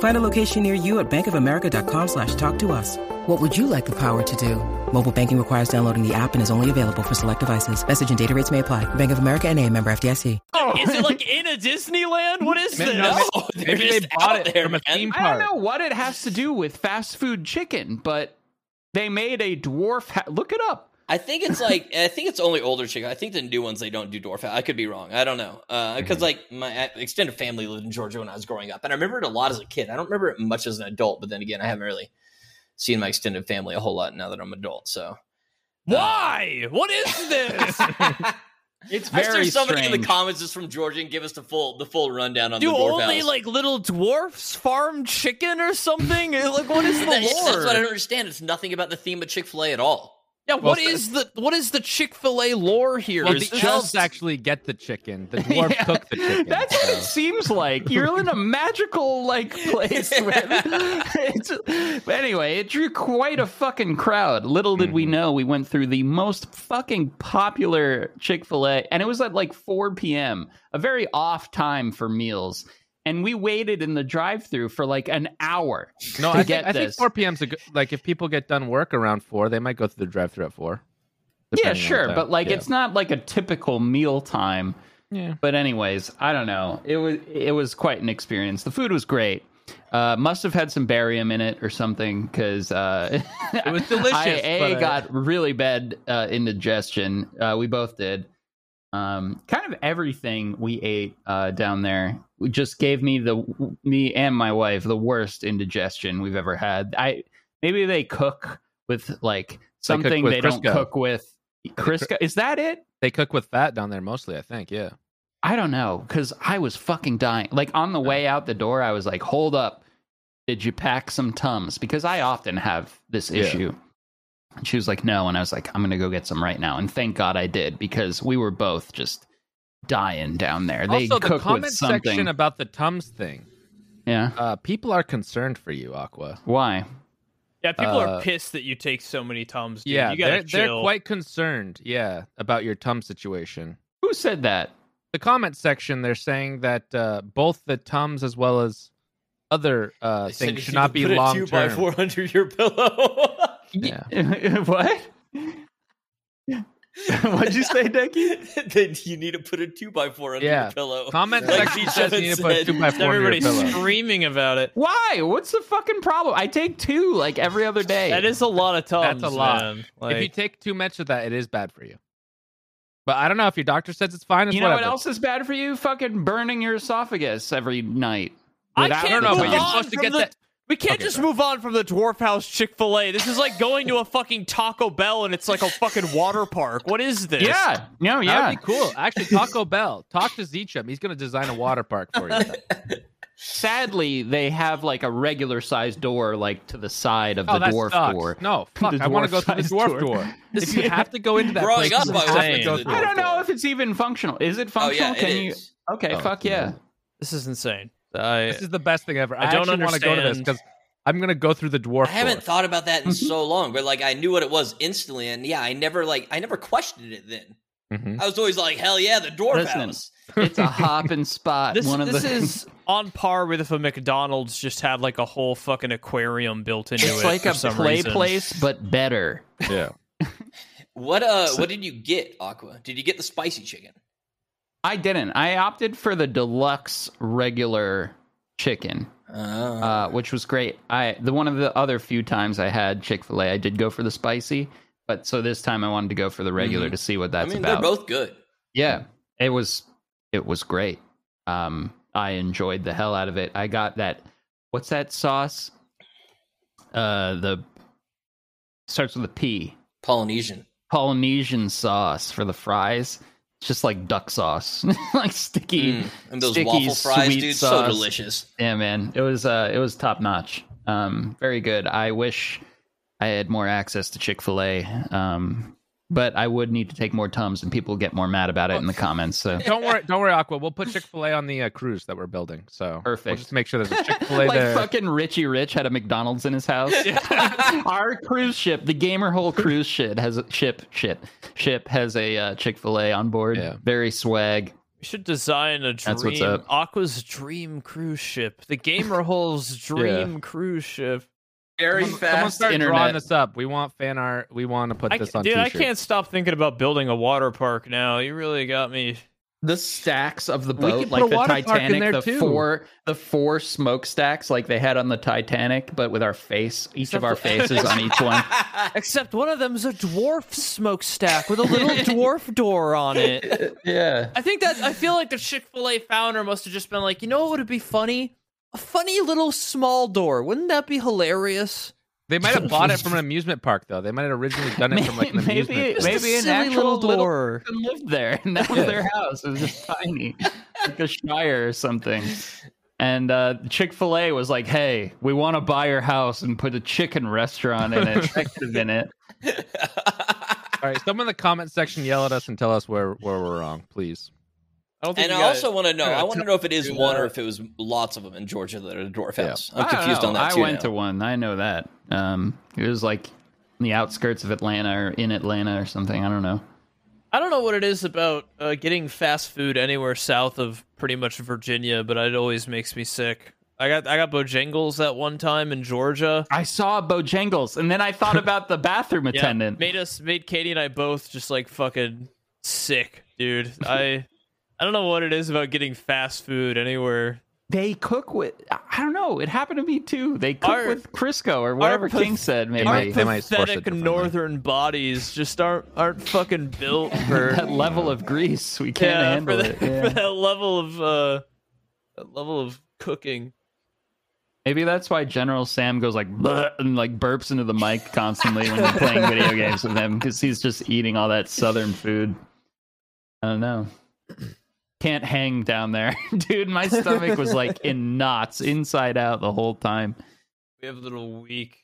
Speaker 5: Find a location near you at bankofamerica.com slash talk to us. What would you like the power to do? Mobile banking requires downloading the app and is only available for select devices. Message and data rates may apply. Bank of America and a member FDIC.
Speaker 1: Is it like in a Disneyland? What is this?
Speaker 4: No, they're
Speaker 2: Maybe they
Speaker 4: just
Speaker 2: bought
Speaker 4: out
Speaker 2: it
Speaker 4: there,
Speaker 2: from a
Speaker 4: man.
Speaker 2: theme
Speaker 3: I
Speaker 2: park.
Speaker 3: don't know what it has to do with fast food chicken, but they made a dwarf. Ha- Look it up.
Speaker 4: I think it's like I think it's only older chicken. I think the new ones they don't do dwarf. house. I could be wrong. I don't know because like my uh, extended family lived in Georgia when I was growing up, and I remember it a lot as a kid. I don't remember it much as an adult, but then again, I haven't really seen my extended family a whole lot now that I'm an adult. So
Speaker 1: Why? What is this?
Speaker 3: It's
Speaker 4: I
Speaker 3: very
Speaker 4: sure somebody
Speaker 3: strange.
Speaker 4: in the comments is from Georgia and give us the full the full rundown on
Speaker 1: Do
Speaker 4: the dwarf
Speaker 1: only
Speaker 4: house.
Speaker 1: like little dwarfs farm chicken or something? like what is the
Speaker 4: that's, that's
Speaker 1: lore?
Speaker 4: what I don't understand. It's nothing about the theme of Chick Fil A at all.
Speaker 1: Yeah, what
Speaker 2: Well,
Speaker 1: is the what is the Chick Fil A lore here?
Speaker 2: Well,
Speaker 1: Is
Speaker 2: the
Speaker 1: this-
Speaker 2: elves actually get the chicken. The dwarf
Speaker 3: Yeah.
Speaker 2: cooked the chicken.
Speaker 3: That's what
Speaker 2: so.
Speaker 3: it seems like. You're in a magical like place. With, it's, but anyway, it drew quite a fucking crowd. Little did
Speaker 2: Mm-hmm.
Speaker 3: we know we went through the most fucking popular Chick Fil A, and it was at like 4 p.m. A very off time for meals. And we waited in the drive-through for like an hour.
Speaker 2: No, I
Speaker 3: to
Speaker 2: think,
Speaker 3: get
Speaker 2: I think
Speaker 3: this.
Speaker 2: 4 p.m. is a good, like if people get done work around 4, they might go through the drive through at 4.
Speaker 3: Yeah,
Speaker 2: depending on
Speaker 3: sure,
Speaker 2: time.
Speaker 3: but like
Speaker 2: Yeah.
Speaker 3: it's not like a typical meal time.
Speaker 2: Yeah.
Speaker 3: But anyways, I don't know. It was it was quite an experience. The food was great. Uh, must have had some barium in it or something because uh,
Speaker 2: It was delicious,
Speaker 3: I a
Speaker 2: but, uh,
Speaker 3: got really bad uh, indigestion. Uh, we both did. Um, kind of everything we ate uh, down there just gave me the me and my wife the worst indigestion we've ever had. I maybe they cook with like
Speaker 2: cook
Speaker 3: something they,
Speaker 2: with
Speaker 3: don't
Speaker 2: Crisco.
Speaker 3: cook with Crisco. Is that it?
Speaker 2: they cook with fat down there mostly, I think. Yeah.
Speaker 3: I don't know, because I was fucking dying. Like on the way out the door, I was like, hold up. Did you pack some Tums? Because I often have this
Speaker 2: Yeah.
Speaker 3: issue. And she was like, no. And I was like, I'm going to go get some right now. And thank God I did, because we were both just dying down there. they
Speaker 2: also, the
Speaker 3: cook
Speaker 2: comment
Speaker 3: with something.
Speaker 2: section about the Tums thing.
Speaker 3: yeah.
Speaker 2: Uh, people are concerned for you, Aqua.
Speaker 3: Why?
Speaker 1: yeah, people
Speaker 2: uh,
Speaker 1: are pissed that you take so many tums. Dude.
Speaker 2: yeah,
Speaker 1: you
Speaker 2: they're,
Speaker 1: gotta
Speaker 2: they're
Speaker 1: chill.
Speaker 2: quite concerned. Yeah, about your Tum situation.
Speaker 3: Who said that?
Speaker 2: The comment section, they're saying that uh, both the Tums as well as other uh,
Speaker 4: They said
Speaker 2: things
Speaker 4: if
Speaker 2: should
Speaker 4: you
Speaker 2: not
Speaker 4: could
Speaker 2: be
Speaker 4: put a
Speaker 2: long
Speaker 4: two by
Speaker 2: term.
Speaker 4: four under your pillow.
Speaker 2: Yeah.
Speaker 3: what? What'd you say, Dickie?
Speaker 4: then you need to put a two by four under
Speaker 2: Yeah.
Speaker 4: your pillow.
Speaker 2: Comment
Speaker 4: Like
Speaker 2: section
Speaker 4: she
Speaker 2: says you
Speaker 4: just
Speaker 2: need to put a
Speaker 4: said,
Speaker 2: two by four under your
Speaker 1: Everybody's
Speaker 2: pillow.
Speaker 1: screaming about it.
Speaker 3: Why? What's the fucking problem? I take two like every other day.
Speaker 1: That is a lot of tums.
Speaker 2: That's a lot.
Speaker 1: man.
Speaker 2: if you
Speaker 1: Like,
Speaker 2: take too much of that, it is bad for you. But I don't know if your doctor says it's fine. It's
Speaker 3: You know what
Speaker 2: whatever.
Speaker 3: else is bad for you? Fucking burning your esophagus every night.
Speaker 1: I
Speaker 3: Without-
Speaker 1: can't
Speaker 2: no, no,
Speaker 1: move
Speaker 2: but you're
Speaker 1: on
Speaker 2: supposed to
Speaker 1: from
Speaker 2: get
Speaker 1: the-
Speaker 2: that-
Speaker 1: We can't
Speaker 2: Okay,
Speaker 1: just
Speaker 2: sorry.
Speaker 1: move on from the Dwarf House Chick Fil A. This is like going to a fucking Taco Bell and it's like a fucking water park. What is this?
Speaker 3: Yeah. No.
Speaker 2: That
Speaker 3: Yeah.
Speaker 2: would be cool. Actually, Taco Bell, talk to Zechum. He's going to design a water park for you.
Speaker 3: Sadly, they have like a regular sized door, like to the side of
Speaker 2: oh,
Speaker 3: the
Speaker 2: that
Speaker 3: dwarf
Speaker 2: sucks.
Speaker 3: door.
Speaker 2: No, fuck.
Speaker 3: The
Speaker 2: I want to go through the
Speaker 3: dwarf-sized
Speaker 2: dwarf
Speaker 3: door.
Speaker 2: door. If you have to go into that
Speaker 4: Growing
Speaker 2: place,
Speaker 4: up,
Speaker 2: it's
Speaker 4: I always
Speaker 2: insane.
Speaker 4: went to the
Speaker 3: I
Speaker 4: dwarf
Speaker 3: don't know
Speaker 4: door.
Speaker 3: if it's even functional. Is it
Speaker 4: Oh
Speaker 3: functional?
Speaker 4: yeah,
Speaker 3: Can
Speaker 4: it
Speaker 3: you?
Speaker 4: is.
Speaker 3: Okay.
Speaker 2: Oh,
Speaker 3: fuck
Speaker 2: no.
Speaker 3: yeah.
Speaker 1: This is insane. I,
Speaker 2: This is the best thing ever. I,
Speaker 1: don't
Speaker 2: actually want to go to this
Speaker 1: understand.
Speaker 2: because I'm going to go through the dwarf.
Speaker 4: I haven't
Speaker 2: door.
Speaker 4: thought about that
Speaker 3: Mm-hmm.
Speaker 4: in so long, but like I knew what it was instantly, and yeah, I never like I never questioned it then.
Speaker 2: Mhm.
Speaker 4: I was always like, hell yeah, the dwarf
Speaker 3: Mm-hmm. Listen.
Speaker 4: house.
Speaker 3: It's a hop and
Speaker 2: Uh,
Speaker 3: spot.
Speaker 1: This,
Speaker 3: one of
Speaker 1: this
Speaker 3: the.
Speaker 1: is on par with if a McDonald's just had like a whole fucking aquarium built into it.
Speaker 3: it's like
Speaker 1: for
Speaker 3: a
Speaker 1: some
Speaker 3: play
Speaker 1: reason.
Speaker 3: place, but better.
Speaker 2: Yeah.
Speaker 4: What uh, what did you get, Aqua? Did you get the spicy chicken?
Speaker 3: I didn't. I opted for the deluxe regular chicken. uh, which was great. I the one of the other few times I had Chick Fil A, I did go for the spicy, but so this time I wanted to go for the regular to see what
Speaker 4: Mm-hmm. I
Speaker 3: that's
Speaker 4: mean,
Speaker 3: about.
Speaker 4: they're both good.
Speaker 3: yeah, it was it was great. Um, I enjoyed the hell out of it. I got that. What's that sauce? Uh, the starts with a P.
Speaker 4: Polynesian.
Speaker 3: Polynesian sauce for the fries. It's just like duck sauce, like sticky.
Speaker 4: Mm. And those
Speaker 3: sticky,
Speaker 4: waffle fries,
Speaker 3: sweet
Speaker 4: dude, so
Speaker 3: sauce.
Speaker 4: delicious.
Speaker 3: Yeah, man, it was uh, it was top notch. Um, very good. I wish I had more access to Chick Fil A, um, but I would need to take more tums, and people get more mad about it in the comments. So
Speaker 2: don't worry, don't worry, Aqua. We'll put Chick Fil A on the uh, cruise that we're building. So We'll
Speaker 3: Perfect.
Speaker 2: just make sure there's a Chick Fil A
Speaker 3: like
Speaker 2: there.
Speaker 3: fucking Richie Rich had a McDonald's in his house. Our cruise ship, the Gamer Hole cruise ship, has a ship shit ship has a uh, Chick Fil A on board.
Speaker 2: Yeah.
Speaker 3: Very swag.
Speaker 1: We should design a dream.
Speaker 3: That's what's up.
Speaker 1: Aqua's dream cruise ship. The Gamer Hole's dream cruise ship.
Speaker 4: Very
Speaker 2: Someone start
Speaker 3: internet.
Speaker 2: drawing this up. We want fan art. We want to put
Speaker 1: I,
Speaker 2: this on.
Speaker 1: dude, I
Speaker 2: t-shirts.
Speaker 1: can't stop thinking about building a water park now. You really got me.
Speaker 3: the stacks of the
Speaker 2: We
Speaker 3: boat,
Speaker 2: could
Speaker 3: like
Speaker 2: put a
Speaker 3: the
Speaker 2: water park in
Speaker 3: Titanic,
Speaker 2: there,
Speaker 3: the
Speaker 2: too.
Speaker 3: four the four smokestacks like they had on the Titanic, but with our face, each of our faces on each one.
Speaker 1: Except one of them's a dwarf smokestack with a little dwarf door on it.
Speaker 3: Yeah.
Speaker 1: I think that I feel like the Chick Fil A founder must have just been like, you know, what would be funny? A funny little small door. Wouldn't that be hilarious?
Speaker 2: They might have bought it from an amusement park, though. They might have originally done it from like an
Speaker 3: Maybe-
Speaker 2: amusement. park.
Speaker 3: maybe- Just a
Speaker 2: maybe
Speaker 3: an
Speaker 1: silly
Speaker 3: actual
Speaker 1: little
Speaker 3: little-
Speaker 1: door.
Speaker 3: and lived there, and that was their house. It was just tiny, like a shire or something. And uh, Chick Fil A was like, "Hey, we want to buy your house and put a chicken restaurant in it, effective in it."
Speaker 2: All right, someone in the comment section yell at us and tell us where where we're wrong, please.
Speaker 1: I don't think
Speaker 4: And
Speaker 1: you
Speaker 4: I
Speaker 1: got
Speaker 4: also want to know.
Speaker 1: yeah,
Speaker 4: I want to know if it is
Speaker 1: do
Speaker 4: one
Speaker 1: that.
Speaker 4: or if it was lots of them in Georgia that are dwarf
Speaker 2: Yeah.
Speaker 4: house.
Speaker 3: I
Speaker 4: I'm
Speaker 3: don't
Speaker 4: confused
Speaker 3: know.
Speaker 4: on that
Speaker 3: I
Speaker 4: too.
Speaker 3: went
Speaker 4: now.
Speaker 3: to one. I know that. Um, it was like in the outskirts of Atlanta or in Atlanta or something. I don't know.
Speaker 1: I don't know what it is about uh, getting fast food anywhere south of pretty much Virginia, but it always makes me sick. I got I got Bojangles that one time in Georgia.
Speaker 3: I saw Bojangles, and then I thought about the bathroom
Speaker 1: Yeah,
Speaker 3: attendant.
Speaker 1: made us made Katie and I both just like fucking sick, dude. I I don't know what it is about getting fast food anywhere.
Speaker 3: They cook with. I I don't know. It happened to me too. They cook
Speaker 1: Our-
Speaker 3: with Crisco or whatever
Speaker 1: path-
Speaker 3: King said. Maybe
Speaker 1: Our
Speaker 2: might- they might source it
Speaker 1: pathetic
Speaker 2: differently.
Speaker 1: northern bodies just aren't aren't fucking built for
Speaker 3: that level of grease. We can't
Speaker 1: yeah, for,
Speaker 3: handle
Speaker 1: that,
Speaker 3: it. Yeah.
Speaker 1: for that level of uh that level of cooking.
Speaker 3: Maybe that's why General Sam goes like "Bleh," and like burps into the mic constantly when you're playing video games with him because he's just eating all that southern food. I don't know. Can't hang down there, dude. My stomach was like in knots, inside out the whole time.
Speaker 1: We have a little weak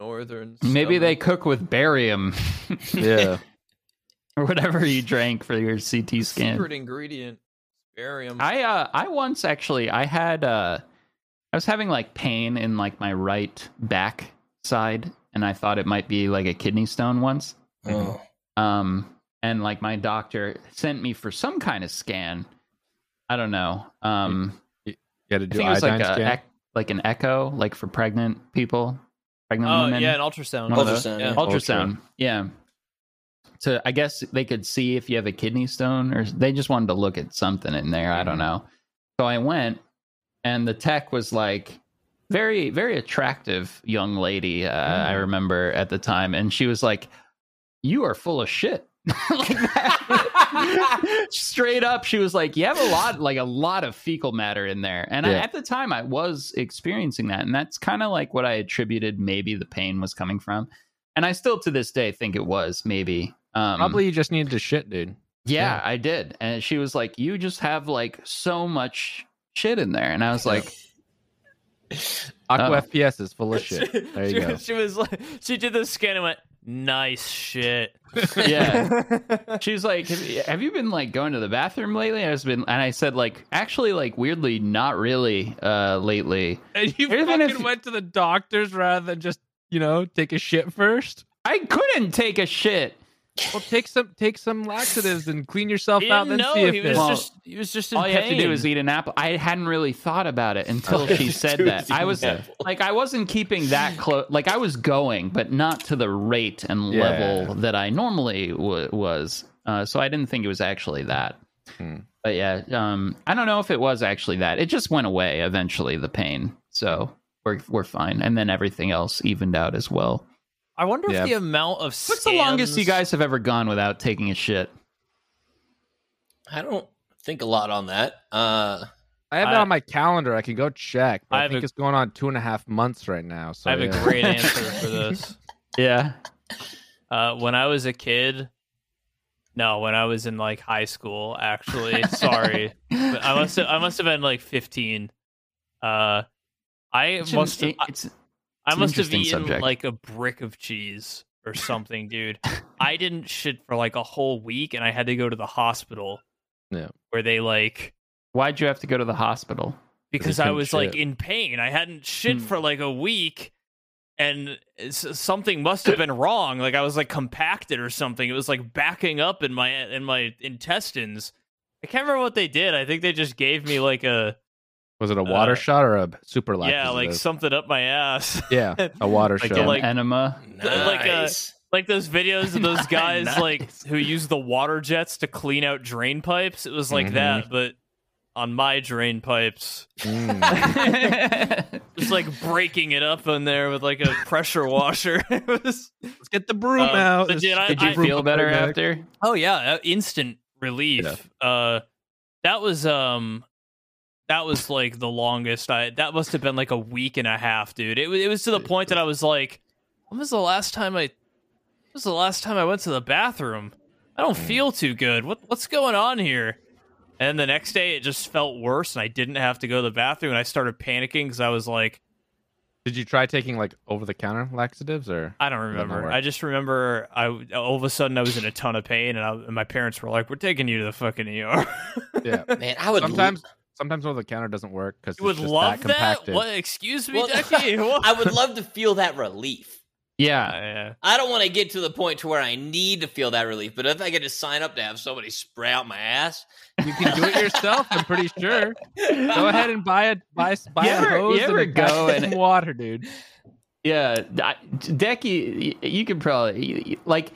Speaker 1: northern.
Speaker 3: Maybe they
Speaker 1: stomach.
Speaker 3: cook with barium
Speaker 2: Yeah,
Speaker 3: or whatever you drank for your CT scan.
Speaker 1: secret ingredient barium.
Speaker 3: I uh I once actually I had uh I was having like pain in like my right back side and I thought it might be like a kidney stone once.
Speaker 4: Oh.
Speaker 3: Um and like my doctor sent me for some kind of scan. I don't know. Um
Speaker 2: you had to
Speaker 3: I
Speaker 2: do
Speaker 3: think it was
Speaker 2: iodine
Speaker 3: like uh, a
Speaker 2: scan.
Speaker 3: ec- like an echo like for pregnant people, pregnant
Speaker 1: oh
Speaker 3: women
Speaker 1: yeah, an ultrasound.
Speaker 3: One of those.
Speaker 4: Ultrasound,
Speaker 1: Yeah.
Speaker 4: yeah.
Speaker 3: ultrasound. Yeah. So I guess they could see if you have a kidney stone or they just wanted to look at something in there. I don't know. So I went and the tech was like very, very attractive young lady. Uh, I
Speaker 2: Mm.
Speaker 3: remember at the time. And she was like, you are full of shit. like that. Straight up, she was like, "You have a lot, like a lot of fecal matter in there." And I,
Speaker 2: Yeah.
Speaker 3: at the time, I was experiencing that, and that's kind of like what I attributed maybe the pain was coming from. And I still, to this day, think it was maybe um,
Speaker 2: Probably you just needed to shit, dude.
Speaker 3: yeah,
Speaker 2: Yeah.
Speaker 3: I did. And she was like, You just have like so much shit in there. And I was like,
Speaker 2: Aqua
Speaker 3: Oh.
Speaker 2: FPS is full of shit. There you
Speaker 1: she,
Speaker 2: go.
Speaker 1: she was like, she did the scan and went, nice shit.
Speaker 3: Yeah. She's like, have you, have you been like going to the bathroom lately? I was been, and I said, like, actually, like, weirdly, not really, uh, lately.
Speaker 2: And you
Speaker 3: Even
Speaker 2: fucking
Speaker 3: if-
Speaker 2: went to the doctors rather than just you know take a shit first.
Speaker 3: I couldn't take a shit.
Speaker 2: Well, take some take some laxatives and clean yourself
Speaker 1: He
Speaker 2: out.
Speaker 1: didn't
Speaker 2: Then
Speaker 1: know
Speaker 2: see if
Speaker 1: he
Speaker 2: it-
Speaker 1: was
Speaker 3: Well,
Speaker 1: just he was just in
Speaker 3: All you
Speaker 1: pain.
Speaker 3: have to do is e- eat an apple. I hadn't really thought about it until she said that. I was
Speaker 4: Apple.
Speaker 3: like, I wasn't keeping that close. Like, I was going, but not to the rate and
Speaker 2: Yeah.
Speaker 3: level that I normally w- was. Uh, so I didn't think it was actually that.
Speaker 2: Hmm.
Speaker 3: But yeah, um, I don't know if it was actually that. It just went away eventually, the pain. So we're we're fine, and then everything else evened out as well.
Speaker 1: I wonder
Speaker 2: Yeah.
Speaker 1: if the amount of
Speaker 3: What's the longest you guys have ever gone without taking a shit?
Speaker 4: I don't think a lot on that. Uh,
Speaker 2: I have it
Speaker 1: I-
Speaker 2: on my calendar. I can go check. But
Speaker 1: I
Speaker 2: I,
Speaker 1: have
Speaker 2: think
Speaker 1: a-
Speaker 2: it's going on two and a half months right now. So
Speaker 1: I have
Speaker 2: yeah.
Speaker 1: a great answer for this.
Speaker 3: Yeah,
Speaker 1: Uh, when I was a kid, no, when I was in like high school, actually, sorry, but I must have, I must have been like fifteen. Uh, I
Speaker 3: It's
Speaker 1: must
Speaker 3: an-
Speaker 1: have, I,
Speaker 3: it's-
Speaker 1: I
Speaker 3: an
Speaker 1: must have
Speaker 3: interesting
Speaker 1: eaten
Speaker 3: subject.
Speaker 1: like a brick of cheese or something, dude. I didn't shit for like a whole week, and I had to go to the hospital.
Speaker 2: Yeah.
Speaker 1: where they like
Speaker 3: why'd you have to go to the hospital?
Speaker 1: because I
Speaker 2: couldn't
Speaker 1: was like
Speaker 2: shit.
Speaker 1: in pain. I hadn't shit
Speaker 3: Hmm.
Speaker 1: for like a week, and s- something must have been wrong. Like I was like compacted or something. It was like backing up in my in my intestines. I can't remember what they did. I think they just gave me like a
Speaker 2: Was it a water
Speaker 1: Uh,
Speaker 2: shot or a super lactative?
Speaker 1: yeah, like something up my ass.
Speaker 2: yeah, a water
Speaker 1: Like a,
Speaker 2: shot.
Speaker 1: like-
Speaker 3: enema.
Speaker 1: Like, uh,
Speaker 4: nice.
Speaker 1: like those videos of those guys
Speaker 3: Nice.
Speaker 1: like who use the water jets to clean out drain pipes. It was like
Speaker 2: Mhm.
Speaker 1: that, but on my drain pipes.
Speaker 2: Mm.
Speaker 1: Just like breaking it up in there with like a pressure washer. it was
Speaker 2: Let's get the broom
Speaker 1: Um,
Speaker 2: out.
Speaker 1: but
Speaker 2: Let's
Speaker 1: did I-
Speaker 2: get
Speaker 3: Did
Speaker 2: the
Speaker 3: you
Speaker 2: broom
Speaker 3: feel
Speaker 2: out
Speaker 3: better
Speaker 2: right back.
Speaker 3: after?
Speaker 1: Oh yeah, uh, instant relief. Uh that was um that was like the longest I that must have been like a week and a half, dude. It was it was to the point that I was like When was the last time I? When was the last time I went to the bathroom? I don't
Speaker 2: Mm.
Speaker 1: feel too good. What what's going on here? And the next day, it just felt worse, and I didn't have to go to the bathroom, and I started panicking because I was like,
Speaker 2: Did you try taking like over the counter laxatives or?
Speaker 1: I don't
Speaker 2: That might
Speaker 1: remember.
Speaker 2: work.
Speaker 1: I just remember I all of a sudden I was in a ton of pain, and, I, and my parents were like, "We're taking you to the fucking ER."
Speaker 2: yeah.
Speaker 4: Man, I would
Speaker 2: Sometimes sometimes over the counter doesn't work because
Speaker 1: you would
Speaker 2: just
Speaker 1: love
Speaker 2: that
Speaker 1: that.
Speaker 2: compacted.
Speaker 1: What? Excuse me,
Speaker 4: Well,
Speaker 1: Decky. What? Ah,
Speaker 4: I would love to feel that relief.
Speaker 3: Yeah.
Speaker 1: yeah.
Speaker 4: I don't want to get to the point to where I need to feel that relief, but if I could just sign up to have somebody spray out my ass,
Speaker 2: You can do it yourself. I'm pretty sure. Go ahead and buy a buy buy
Speaker 3: You
Speaker 2: a
Speaker 3: ever-
Speaker 2: hose
Speaker 3: you
Speaker 2: and
Speaker 3: ever
Speaker 2: a
Speaker 3: go
Speaker 2: goddamn
Speaker 3: and-
Speaker 2: water, dude.
Speaker 3: Yeah, I, Decky, y- you could probably you- you- like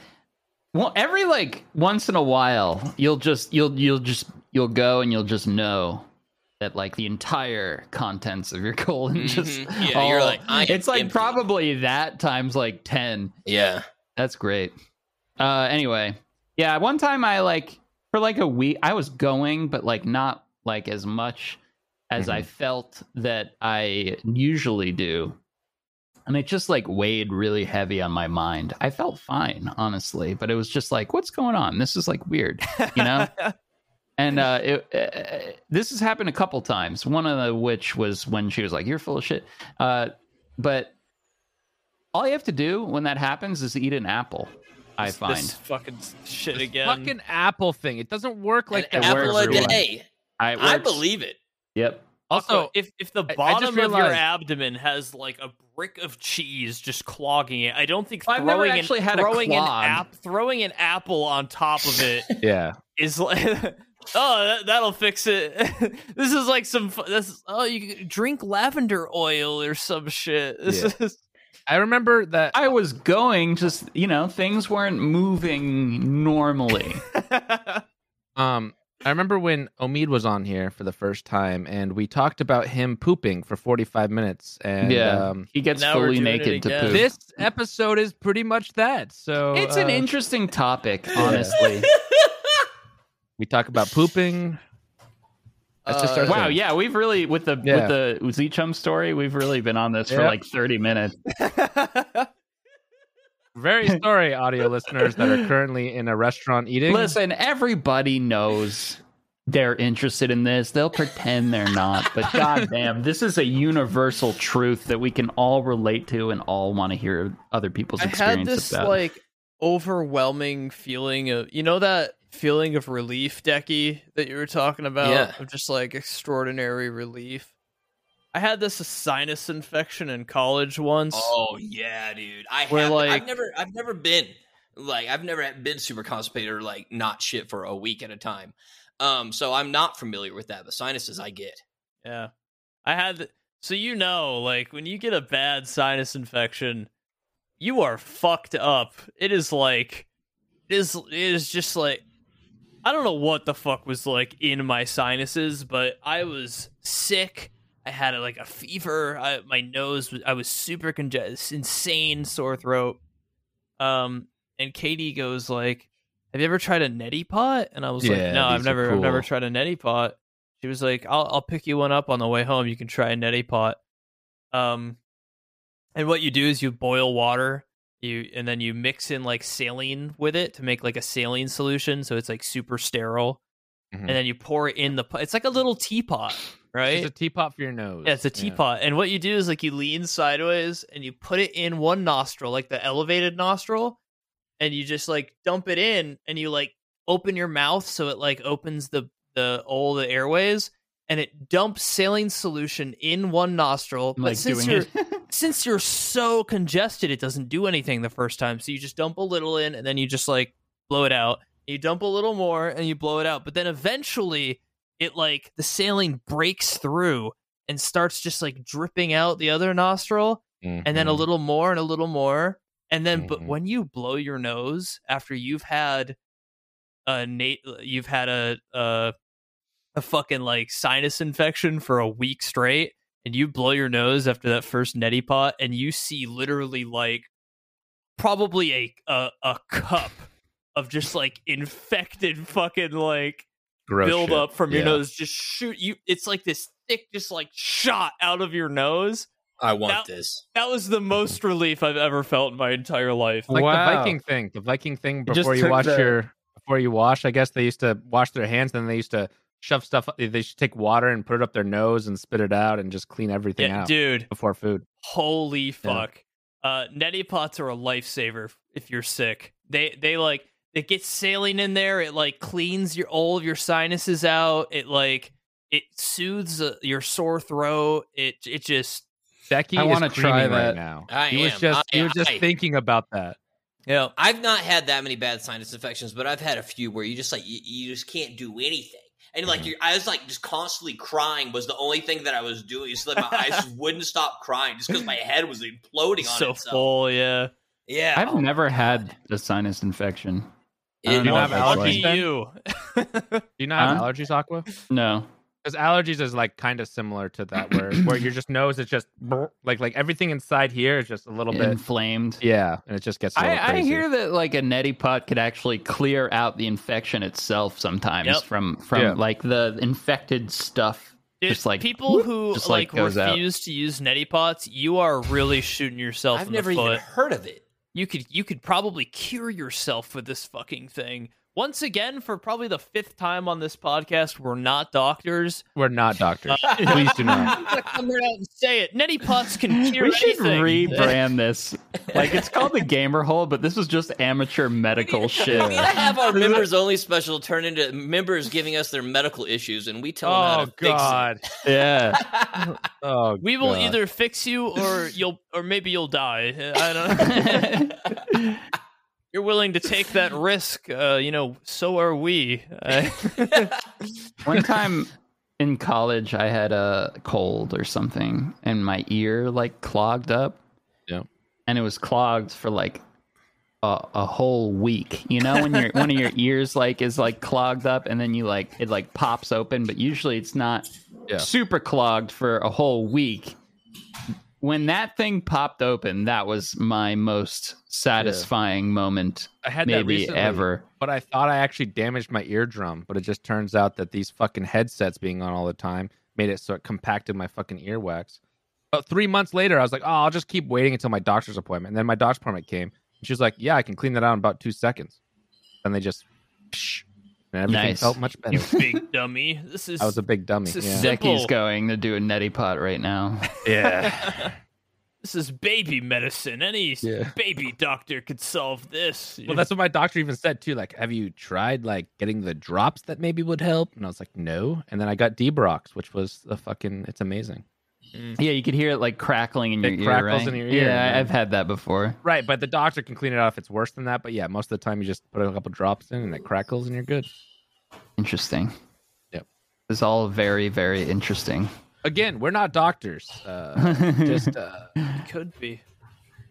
Speaker 3: well every like once in a while you'll just you'll you'll just you'll go and you'll just know that like the entire contents of your colon just
Speaker 4: Mhm. Yeah, you're
Speaker 3: all-
Speaker 4: like, I am
Speaker 3: it's like
Speaker 4: empty.
Speaker 3: probably that times like ten.
Speaker 4: yeah,
Speaker 3: That's great. Uh, anyway, yeah, one time I like for like a week I was going, but like not like as much as I felt that I usually do, and it just like weighed really heavy on my mind. I felt fine, honestly, but it was just like, what's going on? This is like weird, you know. And uh, it, uh, this has happened a couple times. One of which was when she was like, "You're full of shit," uh, but all you have to do when that happens is eat an apple. I
Speaker 1: This-
Speaker 3: find
Speaker 1: this fucking shit again.
Speaker 2: Fucking Apple thing. It doesn't work like
Speaker 4: an
Speaker 2: that.
Speaker 3: It
Speaker 4: apple
Speaker 3: works
Speaker 4: a
Speaker 3: really well.
Speaker 4: day.
Speaker 3: I, it
Speaker 4: I
Speaker 3: works.
Speaker 4: believe it.
Speaker 3: Yep.
Speaker 1: Also,
Speaker 2: Also,
Speaker 1: if if the
Speaker 2: I- I
Speaker 1: bottom
Speaker 2: just
Speaker 1: of your
Speaker 2: realized-
Speaker 1: abdomen has like a brick of cheese just clogging it, I don't think
Speaker 3: Well, I've never
Speaker 1: throwing an,
Speaker 3: actually had a
Speaker 1: throwing an
Speaker 3: clog.
Speaker 1: app throwing an apple on top of it
Speaker 2: Yeah.
Speaker 1: is like oh that, that'll fix it. this is like some fu- this is, oh you could drink lavender oil or some shit. This is
Speaker 2: I remember that
Speaker 3: I was going, just you know, things weren't moving normally.
Speaker 2: Um, I remember when Omid was on here for the first time, and we talked about him pooping for 45 minutes. And
Speaker 3: yeah,
Speaker 2: um,
Speaker 3: he gets
Speaker 1: Now we're
Speaker 3: fully
Speaker 1: doing it
Speaker 3: naked to
Speaker 1: again.
Speaker 3: poop. Oh,
Speaker 2: this episode is pretty much that. So
Speaker 3: it's an
Speaker 2: uh,
Speaker 3: interesting topic, honestly.
Speaker 2: We talk about pooping. That's just
Speaker 1: Uh,
Speaker 2: our
Speaker 3: wow,
Speaker 2: thing.
Speaker 3: yeah, we've really with the
Speaker 2: Yeah.
Speaker 3: with the Z Chum story, we've really been on this for
Speaker 2: Yep.
Speaker 3: like thirty minutes.
Speaker 2: Very sorry, audio listeners that are currently in a restaurant eating.
Speaker 3: Listen, everybody knows they're interested in this. They'll pretend they're not, but goddamn, this is a universal truth that we can all relate to and all want to hear other people's
Speaker 1: I had
Speaker 3: experience
Speaker 1: this
Speaker 3: about.
Speaker 1: like overwhelming feeling of you know that feeling of relief, Decky, that you were talking about
Speaker 4: Yeah.
Speaker 1: of just like extraordinary relief. I had this sinus infection in college once.
Speaker 4: Oh yeah, dude. I
Speaker 1: We're
Speaker 4: have.
Speaker 1: like-
Speaker 4: I've never. I've never been like. I've never been super constipated or like not shit for a week at a time. Um, so I'm not familiar with that. But sinuses, I get.
Speaker 1: Yeah. I had so you know, like when you get a bad sinus infection, you are fucked up. It is like it is it is just like I don't know what the fuck was like in my sinuses, but I was sick. I had like a fever. I, my nose was I was super congested, insane sore throat. Um and Katie goes like, "Have you ever tried a neti pot?" And I was
Speaker 2: Yeah,
Speaker 1: like, "No, I've
Speaker 2: these are
Speaker 1: never I've never
Speaker 2: cool.
Speaker 1: tried a neti pot." She was like, "I'll I'll pick you one up on the way home. You can try a neti pot." Um, and what you do is you boil water, you and then you mix in like saline with it to make like a saline solution, so it's like super sterile.
Speaker 2: Mhm.
Speaker 1: And then you pour it in the pot. It's like a little teapot,
Speaker 2: It's
Speaker 1: right?
Speaker 2: just a teapot for your nose.
Speaker 1: Yeah, it's a
Speaker 2: Yeah.
Speaker 1: teapot. And what you do is like you lean sideways and you put it in one nostril, like the elevated nostril, and you just like dump it in and you like open your mouth so it like opens the the all the airways and it dumps saline solution in one nostril.
Speaker 3: I'm,
Speaker 1: but
Speaker 3: like
Speaker 1: since
Speaker 3: doing
Speaker 1: you're
Speaker 3: it.
Speaker 1: since you're so congested, it doesn't do anything the first time. So you just dump a little in and then you just like blow it out. You dump a little more and you blow it out. But then eventually it like the saline breaks through and starts just like dripping out the other nostril and then a
Speaker 2: Mhm.
Speaker 1: little more and a little more. And then but
Speaker 2: Mhm.
Speaker 1: when you blow your nose after you've had a Nate you've had a a a fucking like sinus infection for a week straight and you blow your nose after that first neti pot and you see literally like probably a a, a cup of just like infected fucking like
Speaker 2: Gross
Speaker 1: build
Speaker 2: shit.
Speaker 1: up from your
Speaker 2: Yeah.
Speaker 1: nose just shoot you it's like this thick just like shot out of your nose
Speaker 4: I want
Speaker 1: That-
Speaker 4: this.
Speaker 1: That was the most relief I've ever felt in my entire life.
Speaker 2: like the
Speaker 3: Wow.
Speaker 2: Viking thing. The Viking thing
Speaker 3: just
Speaker 2: before you
Speaker 3: took
Speaker 2: wash
Speaker 3: the-
Speaker 2: your before you wash. I guess they used to wash their hands, then they used to shove stuff. They should take water and put it up their nose and spit it out and just clean everything
Speaker 1: Yeah,
Speaker 2: out
Speaker 1: dude.
Speaker 2: before food.
Speaker 1: Holy fuck. Uh neti pots are a lifesaver if you're sick. They they like it gets saline in there, it like cleans your all of your sinuses out. It like it soothes uh, your sore throat. It it just
Speaker 2: Becky
Speaker 3: I
Speaker 2: is
Speaker 3: wanna
Speaker 2: creaming
Speaker 3: try
Speaker 2: right
Speaker 3: that.
Speaker 2: now.
Speaker 4: I
Speaker 2: he was
Speaker 4: am.
Speaker 2: just
Speaker 4: I-
Speaker 2: he was just
Speaker 4: I-
Speaker 2: thinking about that.
Speaker 1: yeah.
Speaker 4: I've not had that many bad sinus infections, but I've had a few where you just like you, you just can't do anything. And like you I was like just constantly crying was the only thing that I was doing. It's like my eyes wouldn't stop crying just because my head was imploding on
Speaker 1: So
Speaker 4: itself.
Speaker 1: full, yeah.
Speaker 4: Yeah,
Speaker 3: I've never had a sinus infection. I don't
Speaker 4: It-
Speaker 2: Do you
Speaker 3: know
Speaker 2: have
Speaker 3: if I
Speaker 2: allergies
Speaker 1: Lucky
Speaker 3: should.
Speaker 2: then?
Speaker 1: you.
Speaker 2: Do you not have
Speaker 3: Huh?
Speaker 2: allergies, Aqua?
Speaker 3: No.
Speaker 2: Because allergies is like kind of similar to that, where where your just nose is just brr, like like everything inside here is just a little bit.
Speaker 3: Inflamed.
Speaker 2: Yeah, and it just gets. a little
Speaker 3: I, I
Speaker 2: crazy.
Speaker 3: hear that like a neti pot could actually clear out the infection itself sometimes
Speaker 1: Yep.
Speaker 3: from from
Speaker 2: Yeah.
Speaker 3: like the infected stuff.
Speaker 1: Dude,
Speaker 3: Just like
Speaker 1: people
Speaker 3: whoop,
Speaker 1: who
Speaker 3: just
Speaker 1: like,
Speaker 3: like goes out.
Speaker 1: refuse to use neti pots, you are really shooting yourself
Speaker 4: I've
Speaker 1: in
Speaker 4: never
Speaker 1: the foot.
Speaker 4: even heard of it.
Speaker 1: you could you could probably cure yourself with this fucking thing. Once again, for probably the fifth time on this podcast, we're not doctors.
Speaker 2: we're not doctors. Please do not.
Speaker 1: I'm gonna come right out and say it. Neti pots can cure
Speaker 3: we should
Speaker 1: anything.
Speaker 3: rebrand this. Like it's called the gamer hole, but this was just amateur medical
Speaker 4: We need to
Speaker 3: shit.
Speaker 4: have our members only special turn into members giving us their medical issues, and we tell them how
Speaker 2: Oh
Speaker 4: to
Speaker 2: God.
Speaker 3: Yeah.
Speaker 2: Oh,
Speaker 1: we will
Speaker 2: God.
Speaker 1: either fix you or you'll or maybe you'll die. I don't. You're willing to take that risk, uh, you know. So are we. Uh,
Speaker 3: One time in college, I had a cold or something, and my ear like clogged up.
Speaker 2: Yeah.
Speaker 3: and it was clogged for like a, a whole week. You know, when your one of your ears like is like clogged up, and then you like it like pops open, but usually it's not
Speaker 2: Yeah.
Speaker 3: super clogged for a whole week. When that thing popped open, that was my most satisfying moment,
Speaker 2: I had that
Speaker 3: maybe
Speaker 2: recently,
Speaker 3: ever.
Speaker 2: but I thought I actually damaged my eardrum. But it just turns out that these fucking headsets being on all the time made it so it compacted my fucking earwax. But three months later, I was like, oh, I'll just keep waiting until my doctor's appointment. And then my doctor's appointment came. And she was like, yeah, I can clean that out in about two seconds. And they just, psh, and everything
Speaker 3: Nice.
Speaker 2: felt much better.
Speaker 1: big dummy. This is
Speaker 2: I was a big dummy.
Speaker 1: This is
Speaker 2: yeah.
Speaker 1: sick.
Speaker 3: Decky's
Speaker 1: Simple.
Speaker 3: going to do a neti pot right now.
Speaker 1: this is baby medicine. Any baby doctor could solve this.
Speaker 2: Well, that's what my doctor even said too. Like, have you tried like getting the drops that maybe would help? And I was like, no. And then I got Debrox, which was the fucking. It's amazing.
Speaker 3: Yeah, you could hear it like crackling in
Speaker 2: It
Speaker 3: your ear.
Speaker 2: crackles
Speaker 3: right?
Speaker 2: in your ear,
Speaker 3: Yeah,
Speaker 2: yeah.
Speaker 3: I've had that before.
Speaker 2: Right, but the doctor can clean it out if it's worse than that. But yeah, most of the time you just put a couple drops in and it crackles and you're good.
Speaker 3: Interesting.
Speaker 2: Yep.
Speaker 3: It's all very, very interesting.
Speaker 2: Again, we're not doctors. Uh, just, uh,
Speaker 1: could be.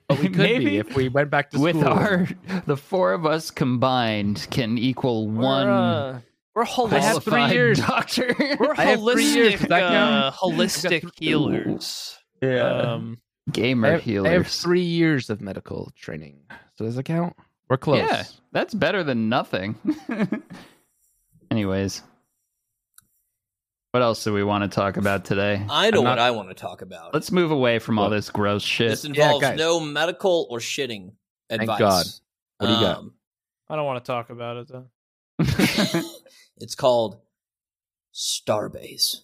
Speaker 2: but we could be
Speaker 3: Maybe
Speaker 2: if we went back to
Speaker 3: With
Speaker 2: school.
Speaker 3: our, the four of us combined can equal one
Speaker 1: uh, we're
Speaker 2: I
Speaker 1: holistic.
Speaker 2: have three years.
Speaker 3: doctor.
Speaker 1: We're
Speaker 2: I have three years. Does
Speaker 1: holistic.
Speaker 2: that
Speaker 1: Uh,
Speaker 2: count?
Speaker 1: holistic healers.
Speaker 3: yeah.
Speaker 4: uh,
Speaker 1: Um,
Speaker 2: I
Speaker 3: Gamer
Speaker 2: have, I have
Speaker 3: healers.
Speaker 2: three years of medical training. So does it count? We're close.
Speaker 3: Yeah, that's better than nothing. Anyways, what else do we want to talk about today?
Speaker 2: Uh,
Speaker 4: I know
Speaker 3: I'm
Speaker 4: what
Speaker 3: not-
Speaker 4: I want to talk about.
Speaker 3: Let's move away from all
Speaker 2: What?
Speaker 3: this gross shit.
Speaker 4: this involves
Speaker 2: guys.
Speaker 4: no medical or shitting advice. Um,
Speaker 2: God. What do you got?
Speaker 1: I don't want to talk about it though.
Speaker 4: got? It's called Starbase.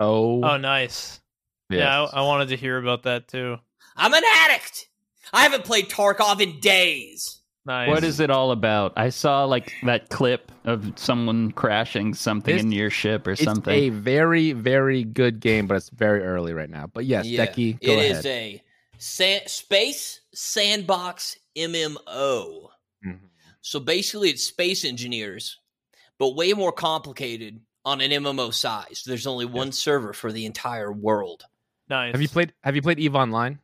Speaker 2: Oh,
Speaker 1: Oh, nice.
Speaker 2: yes.
Speaker 1: Yeah, I, I wanted to hear about that too.
Speaker 4: I'm an addict. I haven't played Tarkov in days.
Speaker 1: Nice.
Speaker 3: What is it all about? I saw like that clip of someone crashing something
Speaker 2: It's-
Speaker 3: into your ship or
Speaker 2: it's
Speaker 3: something.
Speaker 2: a very, very good game, but it's very early right now. But yes, Decky, go
Speaker 4: It
Speaker 2: ahead.
Speaker 4: is a san- space sandbox MMO.
Speaker 2: Mhm.
Speaker 4: So basically, it's space engineers, but way more complicated on an MMO size. There's only one server for the entire world.
Speaker 1: nice?
Speaker 2: Have you played? Have you played Eve Online?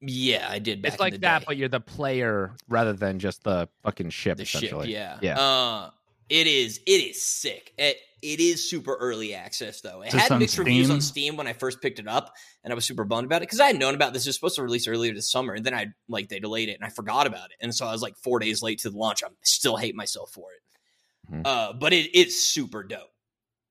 Speaker 4: Yeah, I did. Back
Speaker 2: it's
Speaker 4: in
Speaker 2: like
Speaker 4: the
Speaker 2: that,
Speaker 4: day.
Speaker 2: but you're the player rather than just the fucking ship.
Speaker 4: the ship.
Speaker 2: essentially.
Speaker 4: Yeah,
Speaker 2: Yeah.
Speaker 4: Uh, it is. It is sick. It, it is super early access though. It
Speaker 3: Is this
Speaker 4: had
Speaker 3: on
Speaker 4: mixed reviews
Speaker 3: Steam?
Speaker 4: on Steam when I first picked it up, and I was super bummed about it because I had known about this. It was supposed to release earlier this summer, and then I like they delayed it, and I forgot about it, and so I was like four days late to the launch. I am still hate myself for it.
Speaker 2: Mhm.
Speaker 4: Uh, but it it's super dope.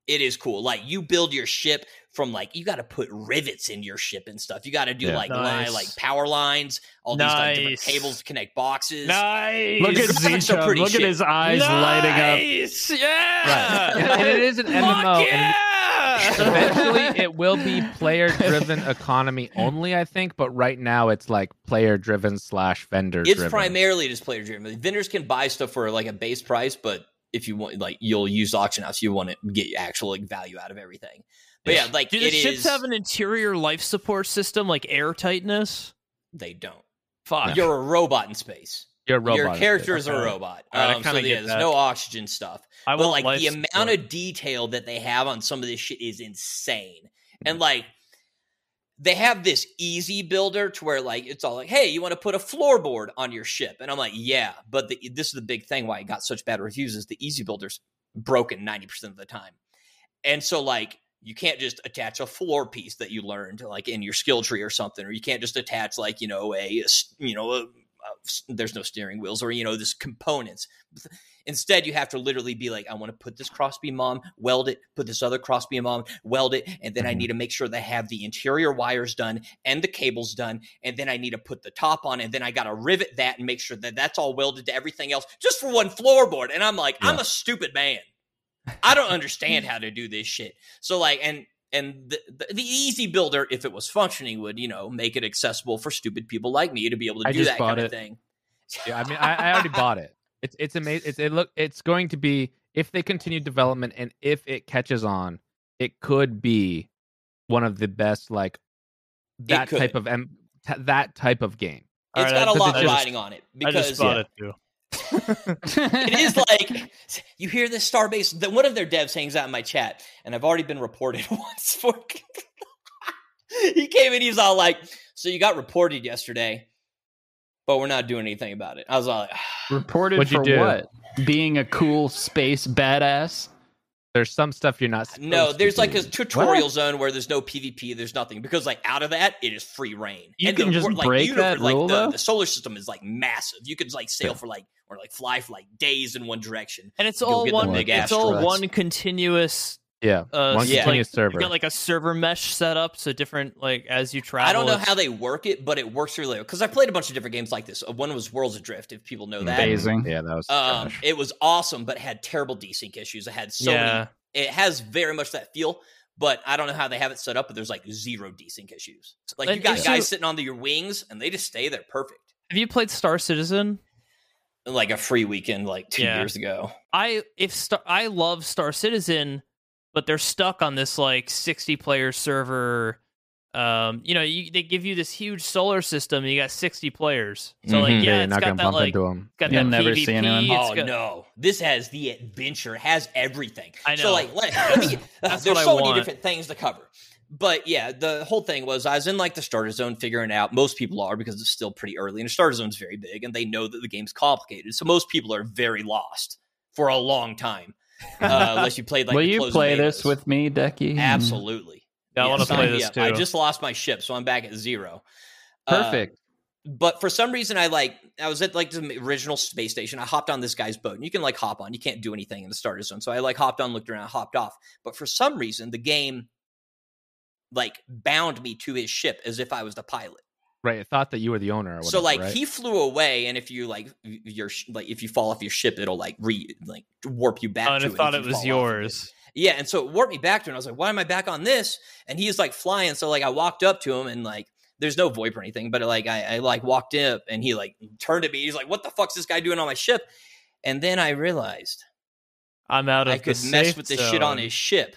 Speaker 4: it is cool. Like you build your ship from like you got to put rivets in your ship and stuff. You got to do
Speaker 2: Yeah.
Speaker 4: like
Speaker 1: Nice.
Speaker 4: li- like power lines, all these like, different
Speaker 1: Nice.
Speaker 4: cables to connect boxes.
Speaker 1: Nice.
Speaker 4: Look
Speaker 3: Look at
Speaker 4: at Some Zeechub.
Speaker 3: Zichub.
Speaker 4: pretty
Speaker 3: Look
Speaker 4: Look at shit.
Speaker 3: at
Speaker 4: his
Speaker 3: his eyes lighting up.
Speaker 1: Nice, Yeah.
Speaker 2: and it is an MMO.
Speaker 1: Fuck
Speaker 2: and
Speaker 1: yeah.
Speaker 2: eventually it will be player driven economy only i think but right now it's like player driven slash vendor
Speaker 4: it's primarily just player driven. Vendors can buy stuff for like a base price, but if you want, like you'll use auction house, you want to get actual like value out of everything. But yeah, like
Speaker 1: Do
Speaker 4: it
Speaker 1: the ships
Speaker 4: is-
Speaker 1: have an interior life support system like air tightness?
Speaker 4: they don't.
Speaker 1: Fuck.
Speaker 4: You're a robot in space.
Speaker 2: your robot
Speaker 4: Your
Speaker 2: is
Speaker 4: character is
Speaker 1: Okay.
Speaker 4: a robot.
Speaker 1: All right, I
Speaker 4: Um, so
Speaker 1: kinda
Speaker 4: yeah,
Speaker 1: get
Speaker 4: there's
Speaker 1: that.
Speaker 4: no oxygen stuff.
Speaker 1: I
Speaker 4: but
Speaker 1: want
Speaker 4: like
Speaker 1: life
Speaker 4: the amount
Speaker 1: support.
Speaker 4: of detail that they have on some of this shit is insane.
Speaker 1: Mm.
Speaker 4: And like they have this easy builder to where like it's all like, hey, you want to put a floorboard on your ship? And I'm like, yeah, but the, this is the big thing why it got such bad reviews is the easy builder's broken 90% of the time. And so like you can't just attach a floor piece that you learned like in your skill tree or something, or you can't just attach like, you know, a, a s- you know, a, a s- there's no steering wheels or, you know, this components. Instead, you have to literally be like, I want to put this crossbeam on, weld it, put this other crossbeam on, weld it, and then I
Speaker 1: Mm-hmm.
Speaker 2: Mhm.
Speaker 4: need to make sure they have the interior wires done and the cables done, and then I need to put the top on, and then I got to rivet that and make sure that that's all welded to everything else just for one floorboard. And I'm like, I'm a stupid man. I don't understand how to do this shit. So like, and and the, the, the easy builder, if it was functioning, would you know make it accessible for stupid people like me to be able to
Speaker 3: I
Speaker 4: do
Speaker 3: just
Speaker 4: that kind
Speaker 3: bought
Speaker 4: of
Speaker 3: it.
Speaker 4: thing.
Speaker 2: Yeah, I mean, I, I already bought it. It's it's amazing. It's, it look, it's going to be if they continue development and if it catches on, it could be one of the best like that
Speaker 4: could.
Speaker 2: type of em- t- that type of game.
Speaker 1: All
Speaker 4: It's
Speaker 1: right,
Speaker 4: got
Speaker 1: I-
Speaker 4: a lot
Speaker 1: I
Speaker 4: of
Speaker 1: just-
Speaker 4: riding on it
Speaker 1: I
Speaker 4: because
Speaker 1: just bought it too.
Speaker 4: it is like you hear this Starbase. That one of their devs hangs out in my chat, and I've already been reported once for. he came in, he's all like, "So you got reported yesterday, but we're not doing anything about it." I was all like, "Ah,
Speaker 3: reported
Speaker 2: What'd you
Speaker 3: for
Speaker 2: do?
Speaker 3: what? Being a cool space badass.
Speaker 2: There's some stuff you're not.
Speaker 4: "No,
Speaker 2: supposed to
Speaker 4: there's like
Speaker 2: do.
Speaker 4: a tutorial zone where there's no PvP, there's nothing because like out of that, it is free reign.
Speaker 3: You
Speaker 4: the
Speaker 3: can just
Speaker 4: wor- like,
Speaker 3: break
Speaker 4: univer-
Speaker 3: that
Speaker 4: like,
Speaker 3: rule,
Speaker 4: the,
Speaker 3: though?
Speaker 4: the solar system is like massive. You could like sail for like or like fly for like days in one direction.
Speaker 1: And it's
Speaker 4: You'll
Speaker 1: all
Speaker 4: get the
Speaker 1: one.
Speaker 4: big
Speaker 1: It's all
Speaker 4: asteroids.
Speaker 1: one continuous.
Speaker 2: yeah
Speaker 1: Uh,
Speaker 2: one
Speaker 1: s-
Speaker 4: yeah.
Speaker 2: continuous
Speaker 1: like,
Speaker 2: server.
Speaker 1: You've got like a server mesh set up, so different. Like as you travel,
Speaker 4: I don't know
Speaker 1: it's-
Speaker 4: how they work it, but it works really well. Because I played a bunch of different games like this. Uh, One was Worlds Adrift, if people know that.
Speaker 3: Amazing.
Speaker 2: Yeah, that was.
Speaker 4: Um,
Speaker 2: trash.
Speaker 4: it was awesome, but it had terrible desync issues. It had so
Speaker 1: yeah.
Speaker 4: many. It has very much that feel, but I don't know how they have it set up. But there's like zero desync issues. Like you
Speaker 1: And
Speaker 4: got
Speaker 1: issue-
Speaker 4: guys sitting on the, your wings, and they just stay there perfect.
Speaker 1: Have you played Star Citizen?
Speaker 4: Like a free weekend, like two
Speaker 1: Yeah.
Speaker 4: years ago.
Speaker 1: I if Star, I love Star Citizen, but they're stuck on this like sixty player server. Um, you know, you, they give you this huge solar system. And you got sixty players, so like
Speaker 4: Mhm.
Speaker 1: yeah,
Speaker 2: yeah, you're
Speaker 1: it's
Speaker 2: not
Speaker 1: got
Speaker 2: gonna
Speaker 1: that
Speaker 2: bump
Speaker 1: like
Speaker 2: into them.
Speaker 1: got
Speaker 3: You'll
Speaker 1: that
Speaker 3: never
Speaker 1: PvP.
Speaker 3: see anyone.
Speaker 1: it's
Speaker 4: Oh
Speaker 1: got-
Speaker 4: no, this has the adventure, it has everything.
Speaker 1: I
Speaker 4: So
Speaker 1: know.
Speaker 4: like, let, let me,
Speaker 1: That's
Speaker 4: there's
Speaker 1: what I
Speaker 4: so
Speaker 1: want.
Speaker 4: many different things to cover. But yeah, the whole thing was I was in like the starter zone figuring out. Most people are because it's still pretty early, and the starter zone's very big, and they know that the game's complicated. So most people are very lost for a long time, uh, unless you played like.
Speaker 3: Will
Speaker 4: the
Speaker 3: you
Speaker 4: closed
Speaker 3: play this
Speaker 4: betas.
Speaker 3: with me, Decky?
Speaker 4: Absolutely.
Speaker 1: Yeah, I
Speaker 4: Yeah,
Speaker 1: want to
Speaker 4: sign
Speaker 1: play
Speaker 4: me
Speaker 1: this
Speaker 4: up.
Speaker 1: too.
Speaker 4: I just lost my ship, so I'm back at zero. Uh,
Speaker 3: Perfect.
Speaker 4: but for some reason i like i was at like the original space station i hopped on this guy's boat and you can like hop on you can't do anything in the starter zone so i like hopped on looked around hopped off but for some reason the game like bound me to his ship as if i was the pilot
Speaker 2: Right, it thought that you were the owner. Or whatever,
Speaker 4: so like
Speaker 2: right?
Speaker 4: he flew away and if you like y- your sh- like if you fall off your ship it'll like re like warp you back
Speaker 1: Oh, I
Speaker 4: to
Speaker 1: would've
Speaker 4: if
Speaker 1: thought
Speaker 4: you
Speaker 1: it was
Speaker 4: fall off of
Speaker 1: yours.
Speaker 4: yeah, and so it warped me back to him. I was like, why am I back on this? And he's like flying. So like I walked up to him and like there's no VoIP or anything, but like I, I like walked up and he like turned at me. He's like, What the fuck's this guy doing on my ship? And then I realized
Speaker 1: I'm out of.
Speaker 4: I
Speaker 1: the
Speaker 4: could mess
Speaker 1: safe
Speaker 4: with this shit on
Speaker 1: zone.
Speaker 4: his ship.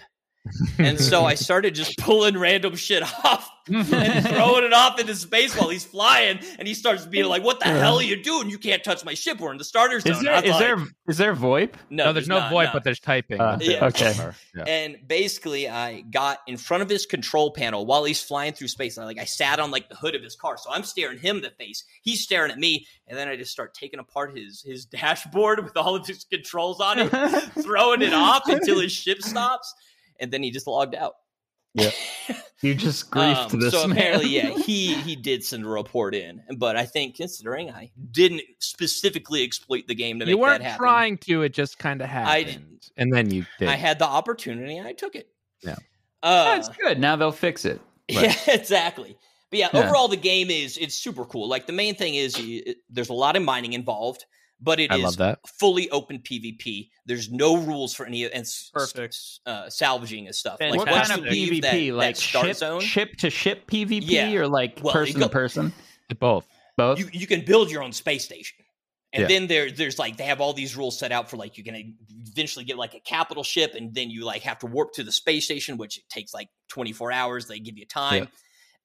Speaker 4: and so I started just pulling random shit off and throwing it off into space while he's flying. And he starts being like, What the hell are you doing? You can't touch my ship. We're in the starter zone.
Speaker 3: is
Speaker 4: I
Speaker 3: there
Speaker 4: was
Speaker 3: is
Speaker 4: like,
Speaker 3: there is there VoIP?
Speaker 2: no, there's no
Speaker 4: not-
Speaker 2: void,
Speaker 4: no.
Speaker 2: but there's typing.
Speaker 3: Uh,
Speaker 4: yeah.
Speaker 3: Okay.
Speaker 2: Yeah.
Speaker 4: and basically i got in front of his control panel while he's flying through space and I, like i sat on like the hood of his car so i'm staring him in the face he's staring at me and then i just start taking apart his his dashboard with all of his controls on it throwing it off until his ship stops and then he just logged out
Speaker 3: Yeah. You just griefed
Speaker 4: Um,
Speaker 3: this
Speaker 4: so
Speaker 3: man.
Speaker 4: apparently, yeah, he he did send a report in, but I think considering I didn't specifically exploit the game to make
Speaker 2: You weren't
Speaker 4: that happen,
Speaker 2: trying to. It just kind of happened.
Speaker 4: didn't.
Speaker 2: And then you did.
Speaker 4: I had the opportunity, and I took it.
Speaker 2: Yeah.
Speaker 4: Uh,
Speaker 3: That's good. Now they'll fix it.
Speaker 4: Yeah, exactly. But yeah,
Speaker 3: Yeah.
Speaker 4: overall, the game is it's super cool. Like the main thing is you, it- there's a lot of mining involved, but it
Speaker 2: I
Speaker 4: is
Speaker 2: love that.
Speaker 4: fully open PvP. There's no rules for any of and s-
Speaker 1: Perfect.
Speaker 4: s- uh, salvaging and stuff.
Speaker 1: Like,
Speaker 3: what
Speaker 1: once
Speaker 3: kind of
Speaker 1: you
Speaker 3: PvP?
Speaker 4: leave that- that
Speaker 3: like
Speaker 4: start
Speaker 3: ship,
Speaker 4: zone-
Speaker 3: ship to ship PvP
Speaker 4: Yeah.
Speaker 3: or like
Speaker 4: Well, you
Speaker 3: person
Speaker 4: go-
Speaker 3: to person?
Speaker 2: Both.
Speaker 3: Both?
Speaker 4: you, you can build your own space station. And
Speaker 2: Yeah.
Speaker 4: then there, there's like they have all these rules set out for like you can eventually get like a capital ship, and then you like have to warp to the space station, which it takes like 24 hours. They give you time,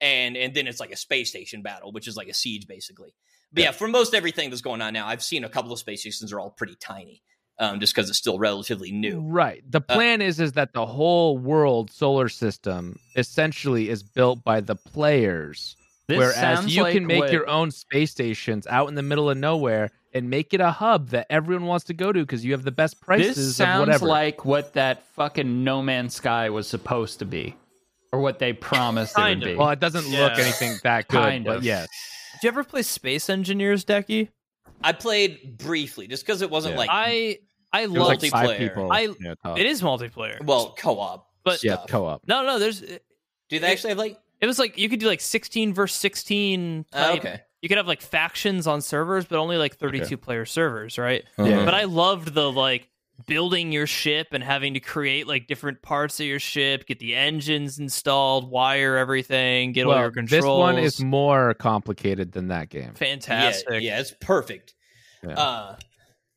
Speaker 4: and and then it's like a space station battle, which is like a siege basically. But yeah, for most everything that's going on now, I've seen a couple of space stations are all pretty tiny, um, just because it's still relatively new.
Speaker 2: Right. The
Speaker 4: Uh,
Speaker 2: plan is is that the whole world solar system essentially is built by the players.
Speaker 3: This
Speaker 2: Whereas
Speaker 3: sounds
Speaker 2: you
Speaker 3: like
Speaker 2: can make
Speaker 3: what-
Speaker 2: your own space stations out in the middle of nowhere and make it a hub that everyone wants to go to because you have the best prices
Speaker 3: This
Speaker 2: of
Speaker 3: sounds
Speaker 2: whatever.
Speaker 3: like what that fucking No Man's Sky was supposed to be, or what they promised it would
Speaker 1: Kind of.
Speaker 3: be.
Speaker 2: well, it doesn't look
Speaker 1: Yeah.
Speaker 2: anything that good,
Speaker 3: Kind
Speaker 2: but
Speaker 3: of.
Speaker 2: yes.
Speaker 1: Did you ever play Space Engineers, Decky?
Speaker 4: I played briefly just because it wasn't
Speaker 2: Yeah.
Speaker 4: like
Speaker 1: I I
Speaker 2: It was
Speaker 1: love
Speaker 2: like five
Speaker 4: Multiplayer.
Speaker 2: people.
Speaker 1: I-
Speaker 2: yeah, top.
Speaker 1: it is multiplayer.
Speaker 4: well co-op,
Speaker 1: But-
Speaker 2: yeah,
Speaker 4: stuff.
Speaker 2: co-op.
Speaker 1: no, no, there's it
Speaker 4: Do they actually have like
Speaker 1: was like you could do like 16 versus 16
Speaker 4: uh,
Speaker 1: type
Speaker 4: okay?
Speaker 1: you could have like factions on servers, but only like 32 player servers, right?
Speaker 4: Hmm.
Speaker 2: Yeah.
Speaker 1: But I loved the like building your ship and having to create like different parts of your ship, get the engines installed, wire everything, get all
Speaker 2: well,
Speaker 1: your controls.
Speaker 2: this one is more complicated than that game.
Speaker 1: fantastic.
Speaker 4: Yeah, yeah it's perfect.
Speaker 2: Yeah.
Speaker 4: Uh,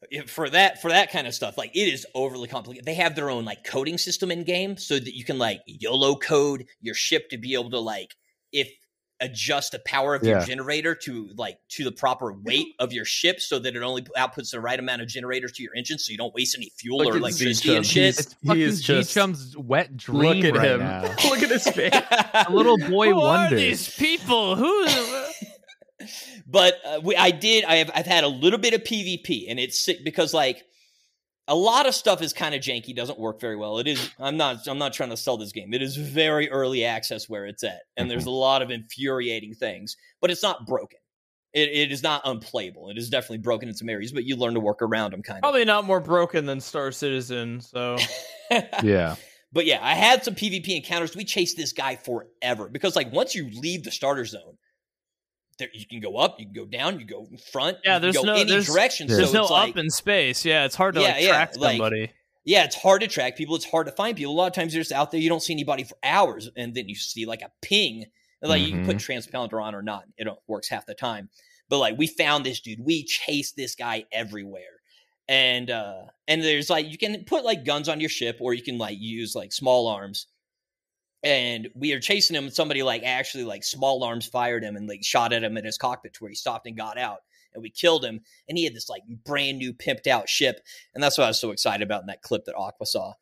Speaker 4: yeah, for that for that kind of stuff, like it is overly complicated. They have their own like coding system in game, so that you can like YOLO code your ship to be able to like if adjust the power of your
Speaker 2: Yeah.
Speaker 4: generator to like to the proper weight of your ship, so that it only outputs the right amount of generators to your engine, so you don't waste any fuel or
Speaker 3: Look at
Speaker 4: electricity
Speaker 3: Zeechum.
Speaker 4: and shit.
Speaker 2: It's
Speaker 3: He
Speaker 2: fucking
Speaker 3: is just-
Speaker 2: G-Chum's wet dream
Speaker 3: Look at
Speaker 2: right
Speaker 3: him.
Speaker 2: now.
Speaker 3: Look at his face.
Speaker 2: A little boy
Speaker 1: Who are
Speaker 2: wonders.
Speaker 1: these people? Who?
Speaker 4: but uh, we, I did. I have. I've had a little bit of PvP, and it's sick because like a lot of stuff is kind of janky, doesn't work very well. It is. I'm not. I'm not trying to sell this game. It is very early access where it's at, and there's a lot of infuriating things, but it's not broken. It, it is not unplayable. It is definitely broken in some areas, but you learn to work around them kind of.
Speaker 1: Probably not more broken than Star Citizen. So
Speaker 2: Yeah.
Speaker 4: But yeah, I had some PvP encounters. We chased this guy forever because, like, once you leave the starter zone, there you can go up, you can go down, you go in front.
Speaker 1: Yeah,
Speaker 4: you can
Speaker 1: there's
Speaker 4: go
Speaker 1: no-
Speaker 4: any
Speaker 1: there's-
Speaker 4: direction.
Speaker 2: there's
Speaker 4: so
Speaker 1: there's no
Speaker 4: it's like,
Speaker 1: up in space. Yeah, it's hard to like
Speaker 4: Yeah, yeah,
Speaker 1: track
Speaker 4: like-
Speaker 1: somebody.
Speaker 4: yeah, it's hard to track people. It's hard to find people. A lot of times you're just out there, you don't see anybody for hours, and then you see like a ping. Like you can put transponder on or not, it don't- works half the time. But like we found this dude, we chased this guy everywhere, and uh and there's like you can put like guns on your ship, or you can like use like small arms. And we are chasing him, and somebody like actually like small arms fired him and like shot at him in his cockpit to where he stopped and got out, and we killed him. And he had this like brand new pimped out ship, and that's what I was so excited about in that clip that Aqua saw.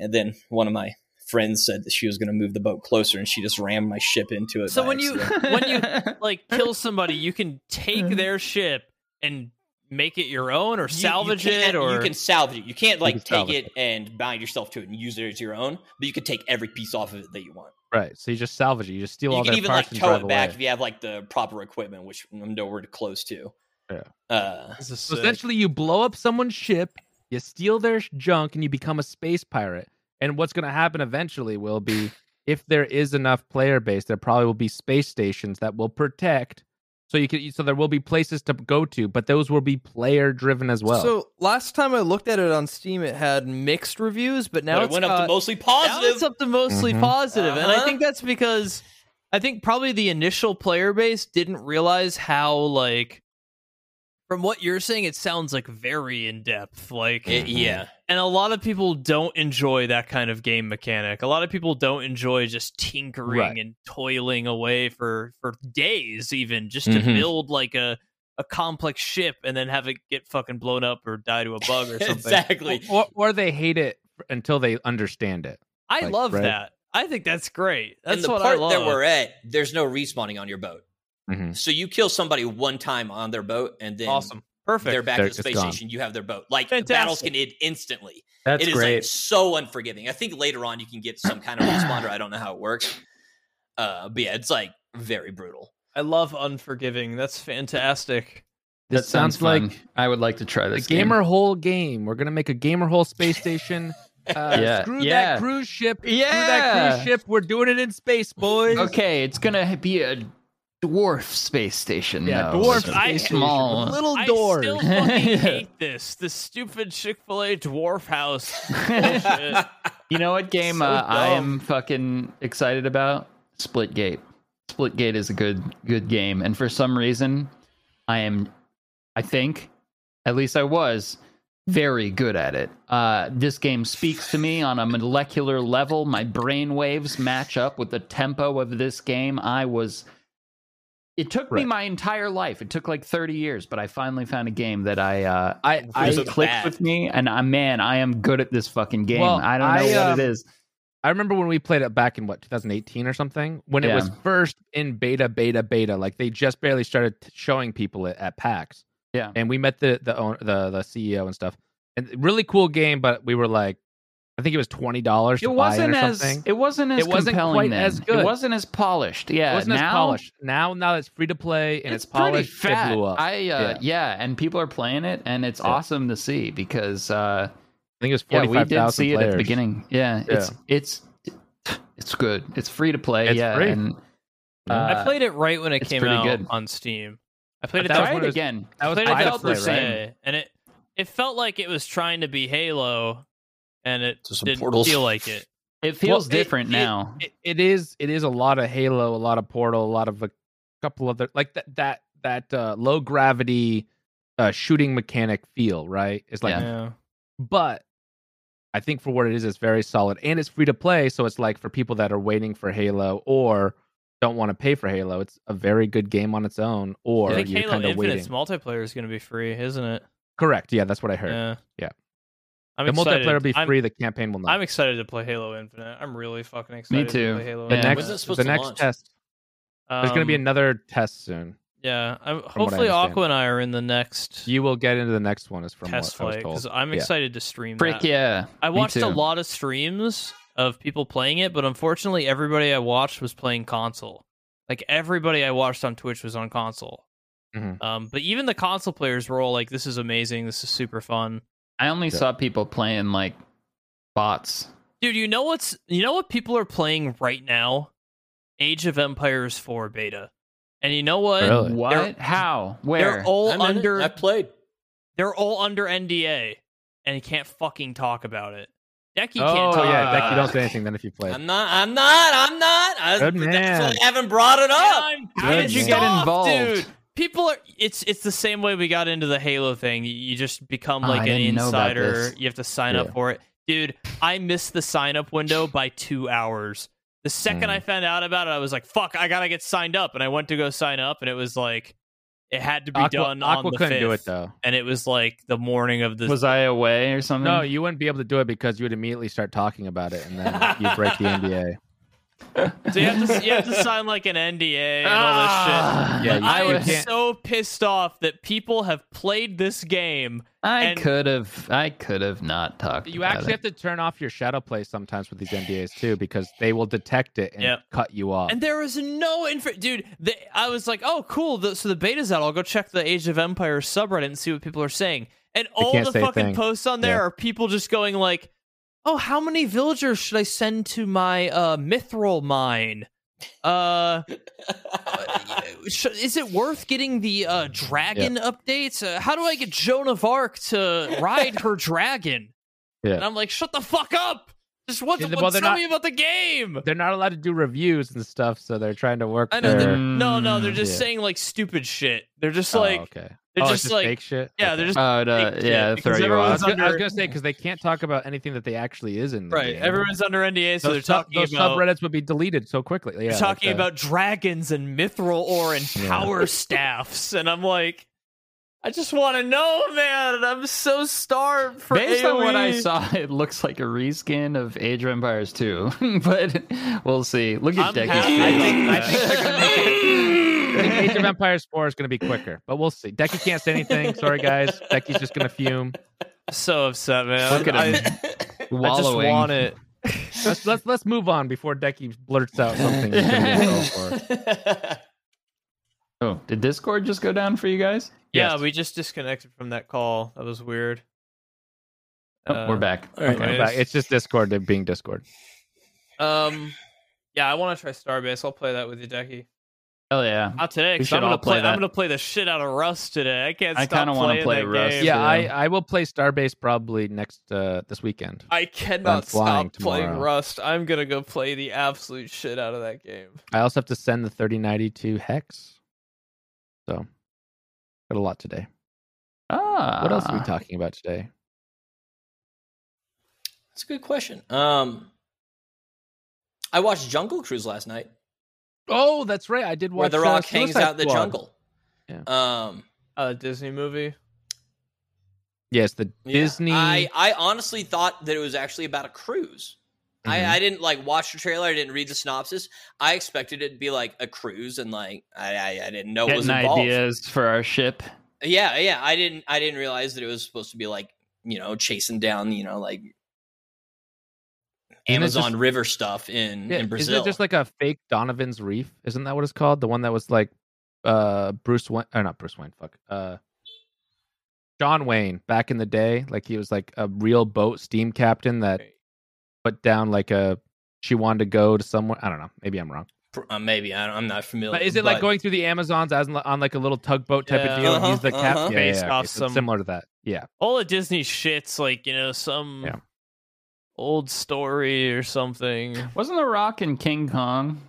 Speaker 4: And then one of my friends said that she was going to move the boat closer, and she just rammed my ship into it.
Speaker 1: So
Speaker 4: by
Speaker 1: when you-
Speaker 4: accident.
Speaker 1: When you- like kill somebody, you can take
Speaker 2: Uh-huh.
Speaker 1: their ship and make it your own or
Speaker 4: You- you
Speaker 1: salvage it
Speaker 4: can't-
Speaker 1: or
Speaker 4: you can salvage it, you can't like
Speaker 2: can
Speaker 4: take
Speaker 2: salvage
Speaker 4: it, and bind yourself to it and use it as your own, but you could take every piece off of it that you want.
Speaker 2: Right. So you just salvage it. You just steal all
Speaker 4: you can
Speaker 2: their
Speaker 4: even like
Speaker 2: parts and
Speaker 4: tow
Speaker 2: drive
Speaker 4: it back
Speaker 2: away.
Speaker 4: if you have like the proper equipment, which I'm nowhere close to.
Speaker 2: Yeah.
Speaker 4: Uh,
Speaker 1: This is
Speaker 2: So
Speaker 1: sick.
Speaker 2: essentially, you blow up someone's ship, you steal their sh- junk, and you become a space pirate. And what's going to happen eventually will be if there is enough player base, there probably will be space stations that will protect. So you can, so there will be places to go to, but those will be player driven as well.
Speaker 6: So last time I looked at it on Steam, it had mixed reviews, but now
Speaker 4: but it
Speaker 6: it's
Speaker 4: went up
Speaker 6: got-
Speaker 4: to mostly
Speaker 1: Now
Speaker 4: positive.
Speaker 1: it's up to mostly
Speaker 2: Mhm.
Speaker 1: positive, and I
Speaker 4: Uh-huh.
Speaker 1: think that's because I think probably the initial player base didn't realize how like from what you're saying, it sounds like very in depth. Like,
Speaker 4: It- yeah,
Speaker 1: and a lot of people don't enjoy that kind of game mechanic. A lot of people don't enjoy just tinkering
Speaker 2: Right.
Speaker 1: and toiling away for for days, even just to
Speaker 2: Mm-hmm.
Speaker 4: Mhm.
Speaker 1: build like a a complex ship and then have it get fucking blown up or die to a bug or something.
Speaker 4: exactly.
Speaker 2: or, or they hate it until they understand it.
Speaker 1: I
Speaker 2: Like,
Speaker 1: love
Speaker 2: right?
Speaker 1: that. I think that's great.
Speaker 4: And
Speaker 1: That's
Speaker 4: the
Speaker 1: what
Speaker 4: part
Speaker 1: I love.
Speaker 4: that we're at, there's no respawning on your boat.
Speaker 2: Mhm.
Speaker 3: Mm-hmm.
Speaker 4: So you kill somebody one time on their boat, and then
Speaker 1: awesome. Perfect.
Speaker 4: They're back
Speaker 2: There-
Speaker 4: at
Speaker 2: it's
Speaker 4: the space
Speaker 2: gone.
Speaker 4: station. You have their boat. Like the
Speaker 1: Fantastic.
Speaker 4: battles can end instantly.
Speaker 7: That's
Speaker 4: it is
Speaker 7: great.
Speaker 4: like so unforgiving. I think later on you can get some kind of responder. I don't know how it works. Uh, but yeah, it's like very brutal.
Speaker 1: I love Unforgiving. That's fantastic.
Speaker 3: This
Speaker 2: That sounds
Speaker 3: fun.
Speaker 2: like
Speaker 3: I would like to try
Speaker 2: The
Speaker 3: this. game.
Speaker 2: gamer hole game. We're gonna make a gamer hole space station. Uh,
Speaker 3: Yeah.
Speaker 2: Screw
Speaker 3: Yeah.
Speaker 2: that cruise ship. Screw that
Speaker 3: Yeah.
Speaker 2: cruise ship. We're doing it in space, boys.
Speaker 3: Okay, it's gonna be a dwarf space station.
Speaker 2: Yeah,
Speaker 3: though.
Speaker 2: dwarf
Speaker 3: It's
Speaker 1: space
Speaker 3: a
Speaker 1: station.
Speaker 3: small.
Speaker 2: Little
Speaker 1: I
Speaker 2: doors.
Speaker 1: still fucking hate this. The stupid Chick Fil A dwarf house. Bullshit.
Speaker 3: you know what game
Speaker 1: So
Speaker 3: uh, I
Speaker 1: dumb.
Speaker 3: am fucking excited about? Splitgate. Splitgate is a good good game, and for some reason, I am, I think, at least I was, very good at it. Uh, this game speaks to me on a molecular level. My brain waves match up with the tempo of this game. I was. It took me
Speaker 2: Right.
Speaker 3: my entire life. It took like 30 years, but I finally found a game that I uh,
Speaker 2: I,
Speaker 4: I-
Speaker 2: I
Speaker 3: it clicked
Speaker 4: bad.
Speaker 3: with me, and I, man, I am good at this fucking game.
Speaker 2: Well,
Speaker 3: I don't know
Speaker 2: I,
Speaker 3: what
Speaker 2: um,
Speaker 3: it is.
Speaker 2: I remember when we played it back in what 2018 or something when it
Speaker 3: Yeah.
Speaker 2: was first in beta, beta, beta. Like they just barely started t- showing people it at PAX.
Speaker 3: Yeah.
Speaker 2: and we met the the owner, the the CEO and stuff. And really cool game, but we were like, I think it was twenty dollars.
Speaker 3: It wasn't
Speaker 2: buy it or
Speaker 3: as
Speaker 2: something.
Speaker 3: it wasn't as
Speaker 2: It wasn't
Speaker 3: compelling
Speaker 2: quite
Speaker 3: then.
Speaker 2: as good.
Speaker 3: It wasn't as polished.
Speaker 2: It
Speaker 3: Yeah,
Speaker 2: wasn't
Speaker 3: now
Speaker 2: as polished. Now, now it's free to play and it's,
Speaker 3: it's, pretty
Speaker 2: polished.
Speaker 3: fat.
Speaker 2: It blew up. I,
Speaker 3: I uh, yeah.
Speaker 2: Yeah.
Speaker 3: and people are playing it, and it's
Speaker 2: Yeah.
Speaker 3: awesome to see because uh,
Speaker 2: think it was
Speaker 3: yeah,
Speaker 2: forty
Speaker 3: we
Speaker 2: five
Speaker 3: did
Speaker 2: thousand
Speaker 3: see
Speaker 2: players
Speaker 3: it at the beginning. Yeah, it's it's it's good. It's free to play.
Speaker 2: It's
Speaker 3: yeah,
Speaker 2: free.
Speaker 3: and
Speaker 2: Uh,
Speaker 1: I played it right when it
Speaker 3: it's
Speaker 1: came
Speaker 3: pretty
Speaker 1: out
Speaker 3: good.
Speaker 1: on Steam. I played it
Speaker 2: That was
Speaker 1: that
Speaker 3: try
Speaker 2: one
Speaker 3: it
Speaker 2: of those-
Speaker 3: again.
Speaker 2: That was
Speaker 1: played
Speaker 3: I
Speaker 1: it
Speaker 2: buy
Speaker 1: that
Speaker 3: felt the
Speaker 2: to play, right?
Speaker 3: same.
Speaker 1: day, and it it felt like it was trying to be Halo, and it
Speaker 4: So some
Speaker 1: didn't
Speaker 4: portals.
Speaker 1: feel like it.
Speaker 3: It feels
Speaker 2: it-
Speaker 3: different
Speaker 2: it-
Speaker 3: now.
Speaker 2: It, it is. It is a lot of Halo, a lot of Portal, a lot of a couple other like that that that uh, low gravity uh, shooting mechanic feel. Right? It's like,
Speaker 3: Yeah.
Speaker 2: but I think for what it is, it's very solid and it's free to play. So it's like for people that are waiting for Halo or don't want to pay for Halo, it's a very good game on its own. Or
Speaker 1: I think
Speaker 2: you're
Speaker 1: Halo
Speaker 2: kind of waiting.
Speaker 1: Infinite's multiplayer is going to be free, isn't it?
Speaker 2: Correct. Yeah, that's what I heard.
Speaker 1: Yeah.
Speaker 2: Yeah.
Speaker 1: I'm
Speaker 2: the
Speaker 1: excited.
Speaker 2: multiplayer will be
Speaker 1: I'm-
Speaker 2: free. the campaign will not.
Speaker 1: I'm excited to play Halo Infinite. I'm really fucking excited. To
Speaker 3: too.
Speaker 1: play Halo
Speaker 2: the
Speaker 3: The
Speaker 1: Infinite.
Speaker 4: When's it
Speaker 2: next,
Speaker 4: supposed
Speaker 2: the
Speaker 4: to
Speaker 2: next
Speaker 4: launch?
Speaker 2: test. There's going to be
Speaker 1: Um,
Speaker 2: another test soon.
Speaker 1: Yeah. I'm,
Speaker 2: I
Speaker 1: hopefully, Aqua
Speaker 2: understand.
Speaker 1: and I are in the next
Speaker 2: You will get into the next one, is from
Speaker 1: test
Speaker 2: what
Speaker 1: flight
Speaker 2: I was
Speaker 1: because
Speaker 2: told.
Speaker 1: I'm
Speaker 2: Yeah.
Speaker 1: excited to stream.
Speaker 3: Frick
Speaker 1: that.
Speaker 3: yeah!
Speaker 1: I
Speaker 3: Me
Speaker 1: watched a
Speaker 3: too.
Speaker 1: lot of streams of people playing it, but unfortunately, everybody I watched was playing console. Like everybody I watched on Twitch was on console.
Speaker 2: Mhm.
Speaker 1: Um, but even the console players were all like, "This is amazing. This is super fun."
Speaker 3: I only
Speaker 2: Yeah.
Speaker 3: saw people playing like bots.
Speaker 1: Dude, you know what's you know what people are playing right now? Age of Empires 4 beta. And you know what?
Speaker 2: Really?
Speaker 3: What?
Speaker 1: They're-
Speaker 3: How? Where?
Speaker 1: They're all
Speaker 4: I'm in it.
Speaker 1: under
Speaker 4: I played.
Speaker 1: they're all under NDA and you can't fucking talk about it. Decky
Speaker 2: oh,
Speaker 1: can't talk
Speaker 2: yeah,
Speaker 1: about
Speaker 2: Becky,
Speaker 1: it.
Speaker 2: don't say anything then if you play. it.
Speaker 4: I'm not. I'm not. I'm not. I,
Speaker 2: Good
Speaker 4: that's why
Speaker 2: man.
Speaker 4: I haven't brought it up.
Speaker 1: I'm pissed
Speaker 2: did you
Speaker 3: get
Speaker 1: off,
Speaker 3: involved?
Speaker 1: Dude. People are it's it's the same way we got into the Halo thing. You- You just become
Speaker 3: Oh,
Speaker 1: like
Speaker 3: I
Speaker 1: an
Speaker 3: didn't know about
Speaker 1: insider.
Speaker 3: this.
Speaker 1: You have to sign up
Speaker 2: Yeah.
Speaker 1: for it. Dude, I missed the sign up window by 2 hours. The second
Speaker 2: Mm.
Speaker 1: I found out about it, I was like, "Fuck, I got to get signed up." And I went to go sign up and it was like it had to be
Speaker 2: Aqua,
Speaker 1: done
Speaker 2: Aqua
Speaker 1: on the
Speaker 2: couldn't do
Speaker 1: 5th.
Speaker 2: it though.
Speaker 1: And it was like the morning of the
Speaker 3: was I away or something?
Speaker 2: No, you wouldn't be able to do it because you would immediately start talking about it, and then you break the NDA.
Speaker 1: So you have to you have to sign like an NDA and all this shit.
Speaker 3: Ah,
Speaker 2: Yeah, you-
Speaker 1: I
Speaker 3: I
Speaker 2: you
Speaker 1: was
Speaker 3: was.
Speaker 2: can't-
Speaker 1: so pissed off that people have played this game.
Speaker 3: I
Speaker 1: and-
Speaker 3: could have. I could have not talked.
Speaker 2: You
Speaker 3: about
Speaker 2: actually have
Speaker 3: it.
Speaker 2: to turn off your shadow play sometimes with these NDAs too, because they will detect it and
Speaker 1: Yep.
Speaker 2: cut you off.
Speaker 1: And there was no info, dude. The, I was like, "Oh, cool." The, so the beta's out. I'll go check the Age of Empires subreddit and see what people are saying. And all
Speaker 2: can't
Speaker 1: the
Speaker 2: say a
Speaker 1: fucking
Speaker 2: thing.
Speaker 1: posts on there
Speaker 2: Yeah.
Speaker 1: are people just going like, "Oh, how many villagers should I send to my uh, mithril mine? Uh, sh- is it worth getting the uh, dragon updates? Uh, how do I get Joan of Arc to ride her dragon?"
Speaker 2: Yeah.
Speaker 1: And I'm like, "Shut the fuck up! Just what?
Speaker 2: Yeah,
Speaker 1: what
Speaker 2: well,
Speaker 1: tell
Speaker 2: they're not-
Speaker 1: me about the game."
Speaker 2: They're not allowed to do reviews and stuff, so they're trying to work.
Speaker 1: I know
Speaker 2: their-
Speaker 1: they're, no, no, they're just
Speaker 2: Mm, Yeah.
Speaker 1: saying like stupid shit. They're just
Speaker 2: Oh,
Speaker 1: like
Speaker 2: okay.
Speaker 1: they're
Speaker 2: Oh, it's
Speaker 1: just, like
Speaker 2: fake shit.
Speaker 1: yeah,
Speaker 2: Okay.
Speaker 1: they're just
Speaker 3: Oh, it, uh,
Speaker 1: Big shit,
Speaker 3: yeah,
Speaker 1: because
Speaker 3: throw you
Speaker 2: I
Speaker 1: everyone's
Speaker 3: off.
Speaker 2: was, gonna, I was
Speaker 1: under-
Speaker 2: gonna say because they can't talk about anything that they actually is in. The
Speaker 1: right.
Speaker 2: game.
Speaker 1: Everyone's under NDA, so they're
Speaker 2: Those sub-
Speaker 1: talking
Speaker 2: those
Speaker 1: about
Speaker 2: subreddits would be deleted so quickly. Yeah,
Speaker 1: they're
Speaker 2: like
Speaker 1: talking
Speaker 2: that.
Speaker 1: about dragons and mithril ore and
Speaker 2: Yeah.
Speaker 1: power staffs, and I'm like, I just want to know, man. I'm so starved for E."
Speaker 3: Based on what I
Speaker 1: AoE.
Speaker 3: saw, it looks like a reskin of Age of Empires 2. but we'll see. Look at
Speaker 1: I'm
Speaker 3: Decky's
Speaker 1: happy.
Speaker 3: face.
Speaker 1: I think- I think they're gonna make it-
Speaker 2: think Age of Empires 4 is going to be quicker, but we'll see. Decky can't say anything. Sorry, guys. Decky's just going to fume.
Speaker 1: so upset, man.
Speaker 3: Look at
Speaker 1: I,
Speaker 3: him
Speaker 1: I just
Speaker 3: wallowing.
Speaker 1: want it.
Speaker 2: Let's let's, let's move on before Decky blurts out something. he's gonna be so for.
Speaker 3: Oh, did Discord just go down for you guys?
Speaker 1: Yeah,
Speaker 2: Yes.
Speaker 1: we just disconnected from that call. That was weird.
Speaker 3: Oh,
Speaker 1: Uh,
Speaker 3: we're back.
Speaker 1: all right.
Speaker 3: Okay.
Speaker 2: In fact, It's just Discord. They're being Discord.
Speaker 1: Um, yeah, I want to try Starbase. I'll play that with you, Decky.
Speaker 3: Hell yeah.
Speaker 1: Not today. 'cause
Speaker 3: should
Speaker 1: I'm gonna
Speaker 3: all play
Speaker 1: play.
Speaker 3: that.
Speaker 1: I'm gonna play the shit out of Rust today. I can't.
Speaker 3: I
Speaker 1: Stop
Speaker 3: kinda wanna
Speaker 1: want to
Speaker 3: play Rust.
Speaker 2: Yeah,
Speaker 3: Yeah.
Speaker 2: I, I will play Starbase probably next uh, this weekend.
Speaker 1: I
Speaker 2: I'm
Speaker 1: cannot
Speaker 2: flying
Speaker 1: stop playing
Speaker 2: tomorrow.
Speaker 1: Rust. I'm gonna go play the absolute shit out of that game.
Speaker 2: I also have to send the 3090 to Hex. So, got a lot today.
Speaker 3: Ah.
Speaker 2: What else are we talking about today?
Speaker 4: That's a good question. Um, I watched Jungle Cruise last night,
Speaker 2: Oh, that's right. I did watch
Speaker 4: where The
Speaker 2: uh,
Speaker 4: Rock hangs
Speaker 2: Suicide
Speaker 4: out in the
Speaker 2: Squad.
Speaker 4: jungle.
Speaker 2: Yeah.
Speaker 4: Um,
Speaker 1: Uh, Disney movie.
Speaker 2: Yes, the
Speaker 4: yeah.
Speaker 2: Disney.
Speaker 4: I, I honestly thought that it was actually about a cruise.
Speaker 2: Mhm.
Speaker 4: I, I didn't like watch the trailer. I didn't read the synopsis. I expected it to be like a cruise, and like I I, I didn't know it was
Speaker 3: Getting
Speaker 4: involved.
Speaker 3: ideas for our ship.
Speaker 4: Yeah, yeah. I didn't I didn't realize that it was supposed to be like you know chasing down you know like
Speaker 2: Isn't it
Speaker 4: Amazon
Speaker 2: just-
Speaker 4: River stuff in
Speaker 2: Yeah,
Speaker 4: in Brazil.
Speaker 2: Isn't it just like a fake Donovan's Reef? Isn't that what it's called? The one that was like uh Bruce Wayne or not Bruce Wayne, fuck. Uh John Wayne back in the day. Like he was like a real boat steam captain that put down like a she wanted to go to somewhere. I don't know. Maybe I'm wrong.
Speaker 4: Uh, maybe I don't, I'm not familiar.
Speaker 2: But is it like going through the Amazons as in- on like a little tugboat type
Speaker 1: Yeah.
Speaker 2: of deal? and he's
Speaker 4: Uh-huh,
Speaker 2: the captain.
Speaker 4: uh-huh.
Speaker 2: Yeah, yeah,
Speaker 1: Based
Speaker 2: yeah, okay,
Speaker 1: off
Speaker 2: so it's
Speaker 1: some-
Speaker 2: similar to that. Yeah.
Speaker 1: All the Disney shits, like you know, some
Speaker 2: Yeah.
Speaker 1: old story or something.
Speaker 3: Wasn't The Rock in King Kong?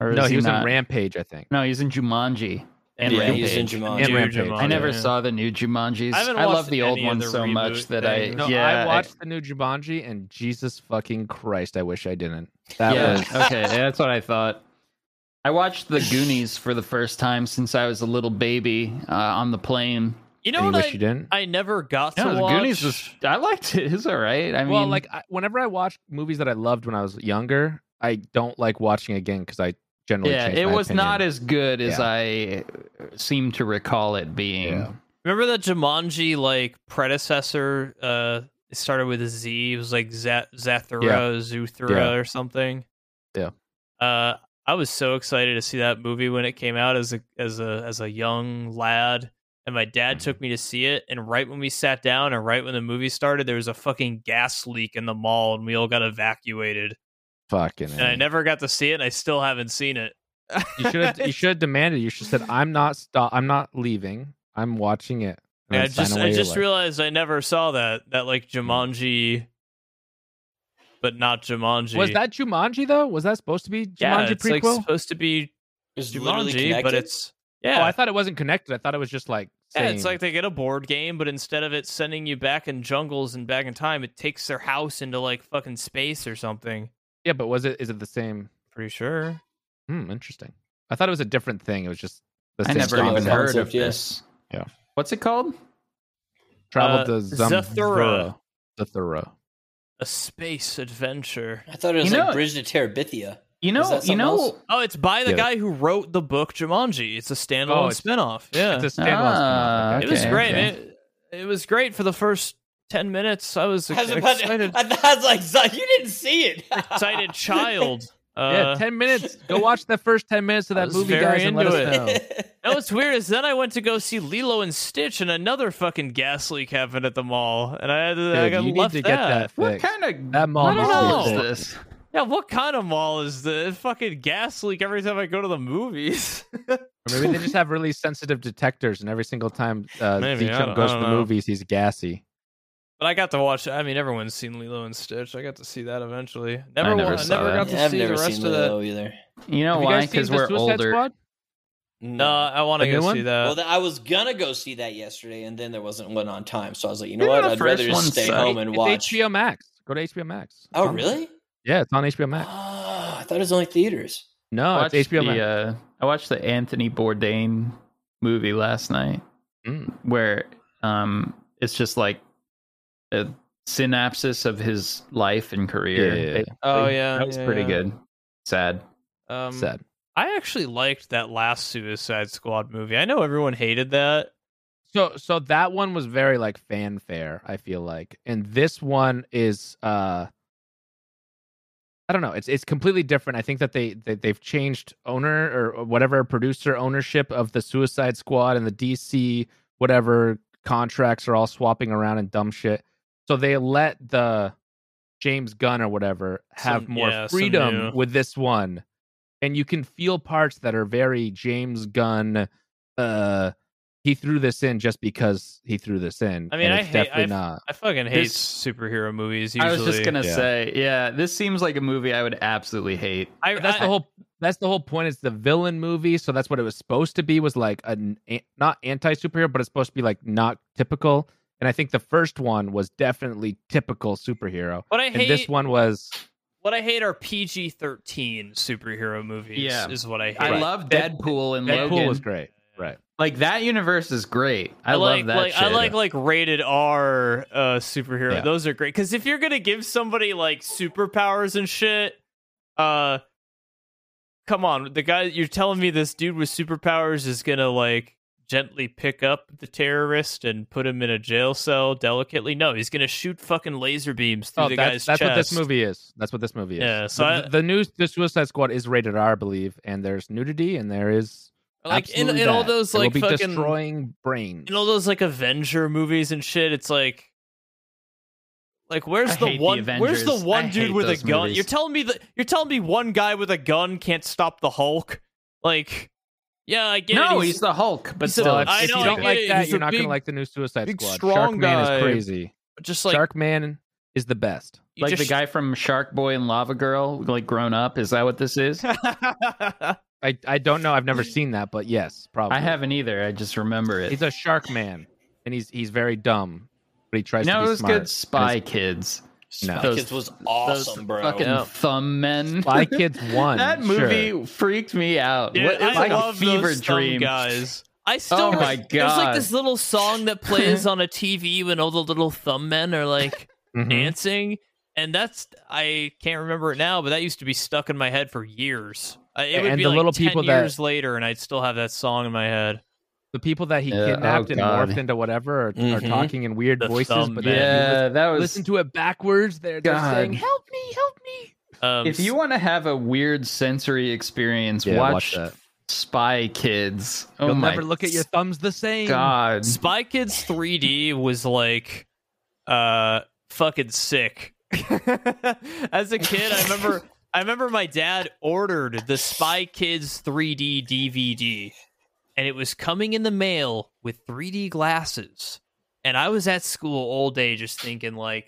Speaker 3: Or
Speaker 2: No,
Speaker 3: is
Speaker 2: he, was
Speaker 3: not?
Speaker 2: in Rampage, I think.
Speaker 3: No, he's in Jumanji. And
Speaker 4: yeah,
Speaker 3: Rampage.
Speaker 4: he's in Jumanji.
Speaker 2: And
Speaker 1: Dude,
Speaker 2: Rampage.
Speaker 1: Jumanji.
Speaker 3: I never
Speaker 1: Yeah.
Speaker 3: saw the new Jumanjis.
Speaker 1: I haven't
Speaker 3: I, love
Speaker 1: watched
Speaker 3: the old
Speaker 1: any of
Speaker 3: one
Speaker 1: the
Speaker 3: so
Speaker 1: reboot
Speaker 3: much that
Speaker 1: things.
Speaker 3: I
Speaker 2: No,
Speaker 3: yeah
Speaker 2: I watched the new Jumanji and Jesus fucking Christ, I wish I didn't. That
Speaker 3: yeah,
Speaker 2: was
Speaker 3: okay, that's what I thought. I watched the Goonies for the first time since I was a little baby uh, on the plane.
Speaker 1: You
Speaker 2: And
Speaker 1: know
Speaker 2: you
Speaker 1: what?
Speaker 2: wish
Speaker 1: I,
Speaker 2: you didn't?
Speaker 1: I never got
Speaker 3: No,
Speaker 1: to
Speaker 3: the
Speaker 1: watch.
Speaker 3: Goonies was I liked it. It's all right. I mean,
Speaker 2: well, like I, whenever I watch movies that I loved when I was younger, I don't like watching again because I generally
Speaker 3: yeah,
Speaker 2: change
Speaker 3: it
Speaker 2: my
Speaker 3: was
Speaker 2: opinion.
Speaker 3: not as good as
Speaker 2: Yeah.
Speaker 3: I seem to recall it being.
Speaker 2: Yeah.
Speaker 1: Remember that Jumanji like predecessor? Uh, it started with a Z. It was like Za- Zathura, Zuthra,
Speaker 2: Yeah.
Speaker 1: or something.
Speaker 2: Yeah.
Speaker 1: Uh, I was so excited to see that movie when it came out as a as a as a young lad, and my dad
Speaker 2: Mm-hmm.
Speaker 1: took me to see it. And right when we sat down, and right when the movie started, there was a fucking gas leak in the mall, and we all got evacuated.
Speaker 2: fucking.
Speaker 1: And I
Speaker 2: A.
Speaker 1: never got to see it. and I still haven't seen it.
Speaker 2: you should have you should have demanded. You should have said, "I'm not stop. I'm not leaving. I'm watching it." And
Speaker 1: Yeah, I
Speaker 2: then sign
Speaker 1: just
Speaker 2: away
Speaker 1: I
Speaker 2: your
Speaker 1: just
Speaker 2: life.
Speaker 1: realized I never saw that that like Jumanji, but not Jumanji.
Speaker 2: was that Jumanji though? Was that supposed to be Jumanji
Speaker 1: yeah? It's
Speaker 2: prequel?
Speaker 1: like supposed to be
Speaker 4: It's literally
Speaker 1: Jumanji, but
Speaker 4: connected?
Speaker 1: it's yeah.
Speaker 2: Oh, I thought it wasn't connected. I thought it was just like.
Speaker 1: yeah, it's
Speaker 2: saying-
Speaker 1: like they get a board game, but instead of it sending you back in jungles and back in time, it takes their house into like fucking space or something.
Speaker 2: yeah, but was it? Is it the same?
Speaker 1: Pretty sure.
Speaker 2: Hmm, interesting. I thought it was a different thing. It was just. The
Speaker 3: I
Speaker 2: same
Speaker 3: never
Speaker 4: similar
Speaker 3: even
Speaker 2: concept.
Speaker 3: heard of
Speaker 4: concept, yeah.
Speaker 3: this.
Speaker 2: Yeah.
Speaker 3: What's it called?
Speaker 1: Uh,
Speaker 2: traveled to
Speaker 1: Zathura.
Speaker 2: Zamthura. Zathura.
Speaker 1: A space adventure.
Speaker 4: I thought it was
Speaker 3: You
Speaker 4: like
Speaker 3: know-
Speaker 4: Bridge to Terabithia.
Speaker 3: You
Speaker 4: Is
Speaker 3: know,
Speaker 4: that
Speaker 3: you
Speaker 4: something
Speaker 3: know,
Speaker 4: else?
Speaker 1: Oh, it's by the
Speaker 2: Yeah.
Speaker 1: guy who wrote the book Jumanji. It's a standalone
Speaker 2: Oh, it's-
Speaker 1: spinoff. Yeah.
Speaker 2: It's a standalone. spin-off,
Speaker 3: Ah,
Speaker 2: okay.
Speaker 1: It was
Speaker 3: okay.
Speaker 1: great. It, it was great for the first ten minutes. I was
Speaker 4: I was, about to-
Speaker 1: excited,
Speaker 4: I, thought- I was like, "Zuck, you didn't see it.
Speaker 1: excited child.
Speaker 2: Yeah,
Speaker 1: Uh,
Speaker 2: ten minutes. Go watch the first ten minutes of
Speaker 1: I
Speaker 2: that
Speaker 1: was
Speaker 2: movie,
Speaker 1: very
Speaker 2: guys, and let
Speaker 1: into
Speaker 2: us know.
Speaker 1: no, what's weird is then I went to go see Lilo and Stitch, and another fucking gas leak happened at the mall, and I had to, I
Speaker 2: Dude,
Speaker 1: got
Speaker 2: you
Speaker 1: left
Speaker 2: need
Speaker 1: that.
Speaker 2: to get that
Speaker 3: What
Speaker 2: fixed.
Speaker 3: kind of
Speaker 2: That mall
Speaker 3: what
Speaker 1: needs to
Speaker 3: mall is
Speaker 1: be
Speaker 3: this?
Speaker 1: Yeah, what kind of mall is the fucking gas leak every time I go to the movies?
Speaker 2: Or maybe they just have really sensitive detectors, and every single time uh,
Speaker 1: Maybe,
Speaker 2: Z
Speaker 1: I
Speaker 2: Chump
Speaker 1: don't- I
Speaker 2: goes to
Speaker 1: don't
Speaker 2: the
Speaker 1: know.
Speaker 2: movies, he's gassy.
Speaker 1: but I got to watch. I mean, everyone's seen Lilo and Stitch. I got to see that eventually. Never,
Speaker 3: never
Speaker 1: wa-
Speaker 3: saw
Speaker 1: never
Speaker 3: that.
Speaker 1: got to
Speaker 4: I've
Speaker 1: see
Speaker 4: never
Speaker 1: the rest
Speaker 4: seen
Speaker 1: of that.
Speaker 4: Lilo either.
Speaker 3: You know
Speaker 2: Have
Speaker 3: why?
Speaker 2: you guys seen
Speaker 3: Because
Speaker 2: the
Speaker 3: we're
Speaker 2: Suicide
Speaker 3: older.
Speaker 2: Squad?
Speaker 1: No, uh, I want to
Speaker 2: The
Speaker 1: go
Speaker 2: new
Speaker 1: see
Speaker 2: one?
Speaker 1: that.
Speaker 4: well, th- I was gonna go see that yesterday, and then there wasn't one on time, so I was like, you know
Speaker 3: Didn't
Speaker 4: what?
Speaker 3: the
Speaker 4: I'd
Speaker 3: first
Speaker 4: rather
Speaker 3: one
Speaker 4: just stay
Speaker 3: suck?
Speaker 4: home
Speaker 2: It's
Speaker 4: and watch.
Speaker 2: HBO Max. Go to HBO Max. It's
Speaker 4: Oh,
Speaker 2: on-
Speaker 4: really?
Speaker 2: Yeah, it's on HBO Max.
Speaker 4: Oh, I thought it was only theaters.
Speaker 2: No,
Speaker 3: watched
Speaker 2: it's HBO
Speaker 3: Oh, the,
Speaker 2: Max.
Speaker 3: uh, I watched the Anthony Bourdain movie last night,
Speaker 2: Mm.
Speaker 3: where um, it's just like a synopsis of his life and career.
Speaker 2: Yeah, yeah, yeah.
Speaker 3: basically.
Speaker 1: Oh, yeah,
Speaker 3: that was
Speaker 1: yeah,
Speaker 3: pretty
Speaker 1: yeah.
Speaker 3: good. Sad.
Speaker 1: Um,
Speaker 2: Sad.
Speaker 1: I actually liked that last Suicide Squad movie. I know everyone hated that.
Speaker 2: So so that one was very like fanfare, I feel like. And this one is uh I don't know. It's it's completely different. I think that they, they they've changed owner or whatever producer ownership of the Suicide Squad and the DC whatever contracts are all swapping around and dumb shit. So they let the James Gunn or whatever have
Speaker 1: Some-
Speaker 2: more
Speaker 1: yeah, some new-
Speaker 2: freedom with this one. And you can feel parts that are very James Gunn uh he threw this in just because he threw this in.
Speaker 1: I mean,
Speaker 2: and
Speaker 1: I
Speaker 2: it's
Speaker 1: hate-
Speaker 2: definitely
Speaker 1: I've-
Speaker 2: not.
Speaker 1: I fucking hate
Speaker 3: This-
Speaker 1: superhero movies.
Speaker 3: I
Speaker 1: Usually,
Speaker 3: was just gonna
Speaker 2: Yeah.
Speaker 3: say, yeah, this seems like a movie I would absolutely hate.
Speaker 1: I,
Speaker 2: That's
Speaker 1: I-
Speaker 2: the whole. That's the whole point. It's the villain movie, so that's what it was supposed to be. Was like an a- not anti superhero, but it's supposed to be like not typical. And I think the first one was definitely typical superhero,
Speaker 1: What I
Speaker 2: and
Speaker 1: hate.
Speaker 2: this one was.
Speaker 1: What I hate are PG thirteen superhero movies.
Speaker 3: Yeah.
Speaker 1: is what I hate.
Speaker 3: I love
Speaker 2: Dead-
Speaker 3: Deadpool and
Speaker 2: Deadpool
Speaker 3: Logan.
Speaker 2: was great, right?
Speaker 3: Like that universe is great. I,
Speaker 1: like
Speaker 3: love that.
Speaker 1: like I
Speaker 3: shit.
Speaker 1: like like rated R uh superhero.
Speaker 2: Yeah.
Speaker 1: Those are great because if you're gonna give somebody like superpowers and shit, uh, come on, the guy you're telling me this dude with superpowers is gonna like gently pick up the terrorist and put him in a jail cell delicately. No, he's gonna shoot fucking laser beams through
Speaker 2: Oh,
Speaker 1: the
Speaker 2: that's,
Speaker 1: guy's
Speaker 2: that's
Speaker 1: chest.
Speaker 2: what this movie is. That's what this movie is.
Speaker 1: Yeah, so
Speaker 2: the,
Speaker 1: I-
Speaker 2: the new the Suicide Squad is rated R, I believe, and there's nudity and there is
Speaker 1: like in,
Speaker 2: absolutely
Speaker 1: in all
Speaker 2: that.
Speaker 1: those
Speaker 2: It will
Speaker 1: like
Speaker 2: be
Speaker 1: fucking
Speaker 2: destroying brains.
Speaker 1: in all those like Avenger movies and shit, it's like like where's
Speaker 3: I
Speaker 1: the
Speaker 3: hate the
Speaker 1: one where's the
Speaker 3: Avengers. I
Speaker 1: one dude
Speaker 3: hate
Speaker 1: with a
Speaker 3: those
Speaker 1: gun?
Speaker 3: movies.
Speaker 1: You're telling me that you're telling me one guy with a gun can't stop the Hulk? Like yeah, I get it.
Speaker 3: no, he's, the Hulk, but
Speaker 1: he's a-
Speaker 3: still,
Speaker 1: I
Speaker 2: if
Speaker 1: know,
Speaker 2: you
Speaker 1: I
Speaker 2: don't
Speaker 1: get
Speaker 2: like
Speaker 1: it.
Speaker 2: that,
Speaker 1: He's
Speaker 2: you're
Speaker 1: a
Speaker 2: not
Speaker 1: big-
Speaker 2: gonna like the new Suicide
Speaker 1: big
Speaker 2: Squad.
Speaker 1: strong
Speaker 2: Sharkman
Speaker 1: guy.
Speaker 2: is crazy.
Speaker 1: just like
Speaker 2: Sharkman is the best.
Speaker 1: you
Speaker 3: like the
Speaker 1: just-
Speaker 3: guy from Shark Boy and Lava Girl, like grown up. Is that what this is?
Speaker 2: I, I don't know. I've never seen that, but yes, probably.
Speaker 3: I haven't either. I just remember it.
Speaker 2: He's a shark man, and he's he's very dumb, but he tries
Speaker 3: you
Speaker 2: to
Speaker 3: know,
Speaker 2: be
Speaker 3: it was
Speaker 2: smart.
Speaker 3: good Spy Kids.
Speaker 2: No.
Speaker 4: Spy
Speaker 3: Those-
Speaker 4: Kids was
Speaker 3: Those
Speaker 4: awesome, bro.
Speaker 3: fucking
Speaker 1: Yeah.
Speaker 3: thumb men.
Speaker 2: Spy Kids one.
Speaker 3: that movie freaked me out.
Speaker 1: Dude,
Speaker 3: what, it's
Speaker 1: I
Speaker 3: like
Speaker 1: love
Speaker 3: a fever
Speaker 1: those dumb
Speaker 3: dream.
Speaker 1: guys. I still
Speaker 3: Oh
Speaker 1: re-
Speaker 3: my
Speaker 1: There's like
Speaker 3: God.
Speaker 1: this little song that plays on a TV when all the little thumb men are like
Speaker 2: Mhm.
Speaker 3: Mm-hmm.
Speaker 1: dancing and that's i can't remember it now but that used to be stuck in my head for years I, it would
Speaker 2: And
Speaker 1: be
Speaker 2: the
Speaker 1: like
Speaker 2: little
Speaker 1: 10
Speaker 2: people that-
Speaker 1: years later and i'd still have that song in my head
Speaker 2: The people that he
Speaker 3: Yeah, oh
Speaker 2: kidnapped and
Speaker 3: God.
Speaker 2: morphed into whatever are,
Speaker 4: Mhm.
Speaker 2: are talking in weird
Speaker 1: The
Speaker 2: voices,
Speaker 1: thumb
Speaker 2: but
Speaker 1: man.
Speaker 2: then you
Speaker 3: Yeah, that
Speaker 2: lis-
Speaker 3: was.
Speaker 2: listen to it backwards. They're, they're
Speaker 3: God.
Speaker 2: saying, "Help me, help me."
Speaker 1: um,
Speaker 3: if you want to have a weird sensory experience,
Speaker 2: Yeah, watch
Speaker 3: watch,
Speaker 2: that.
Speaker 3: Spy Kids. Oh
Speaker 2: You'll
Speaker 3: my
Speaker 2: never look at your thumbs the same.
Speaker 3: God.
Speaker 1: spy kids 3d was like uh fucking sick as a kid i remember i remember my dad ordered the spy kids 3d dvd and it was coming in the mail with 3d glasses and i was at school all day just thinking like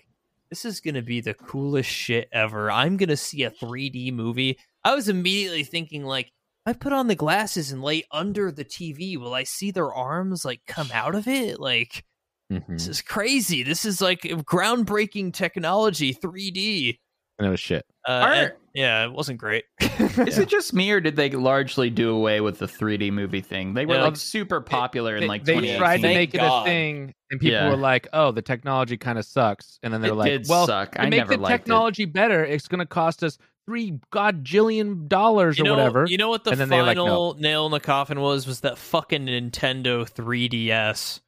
Speaker 1: this is gonna be the coolest shit ever i'm gonna see a 3d movie i was immediately thinking like I put on the glasses and lay under the TV. Will I see their arms like come out of it? Like
Speaker 2: Mhm.
Speaker 1: this is crazy. This is like groundbreaking technology, 3D.
Speaker 2: And it was shit.
Speaker 1: Uh,
Speaker 3: Are-
Speaker 1: and- yeah, it wasn't great.
Speaker 3: Is it just me, or did they largely do away with the 3D movie thing? They were
Speaker 1: Yeah.
Speaker 3: like super popular in
Speaker 2: They-
Speaker 3: like
Speaker 2: they,
Speaker 3: 2018.
Speaker 2: tried to
Speaker 4: Thank
Speaker 2: make it a
Speaker 4: God.
Speaker 2: thing, and people
Speaker 3: Yeah.
Speaker 2: were like, "Oh, the technology kind of sucks," and then they're
Speaker 3: It
Speaker 2: like,
Speaker 3: did
Speaker 2: "Well,
Speaker 3: suck.
Speaker 2: to
Speaker 3: I
Speaker 2: make
Speaker 3: never
Speaker 2: the
Speaker 3: liked it.
Speaker 2: technology better, it's going to cost us three god jillion dollars
Speaker 1: you know,
Speaker 2: or whatever."
Speaker 1: You know what the
Speaker 2: And then they were
Speaker 1: final
Speaker 2: like, no.
Speaker 1: nail in the coffin was? Was that fucking Nintendo 3DS?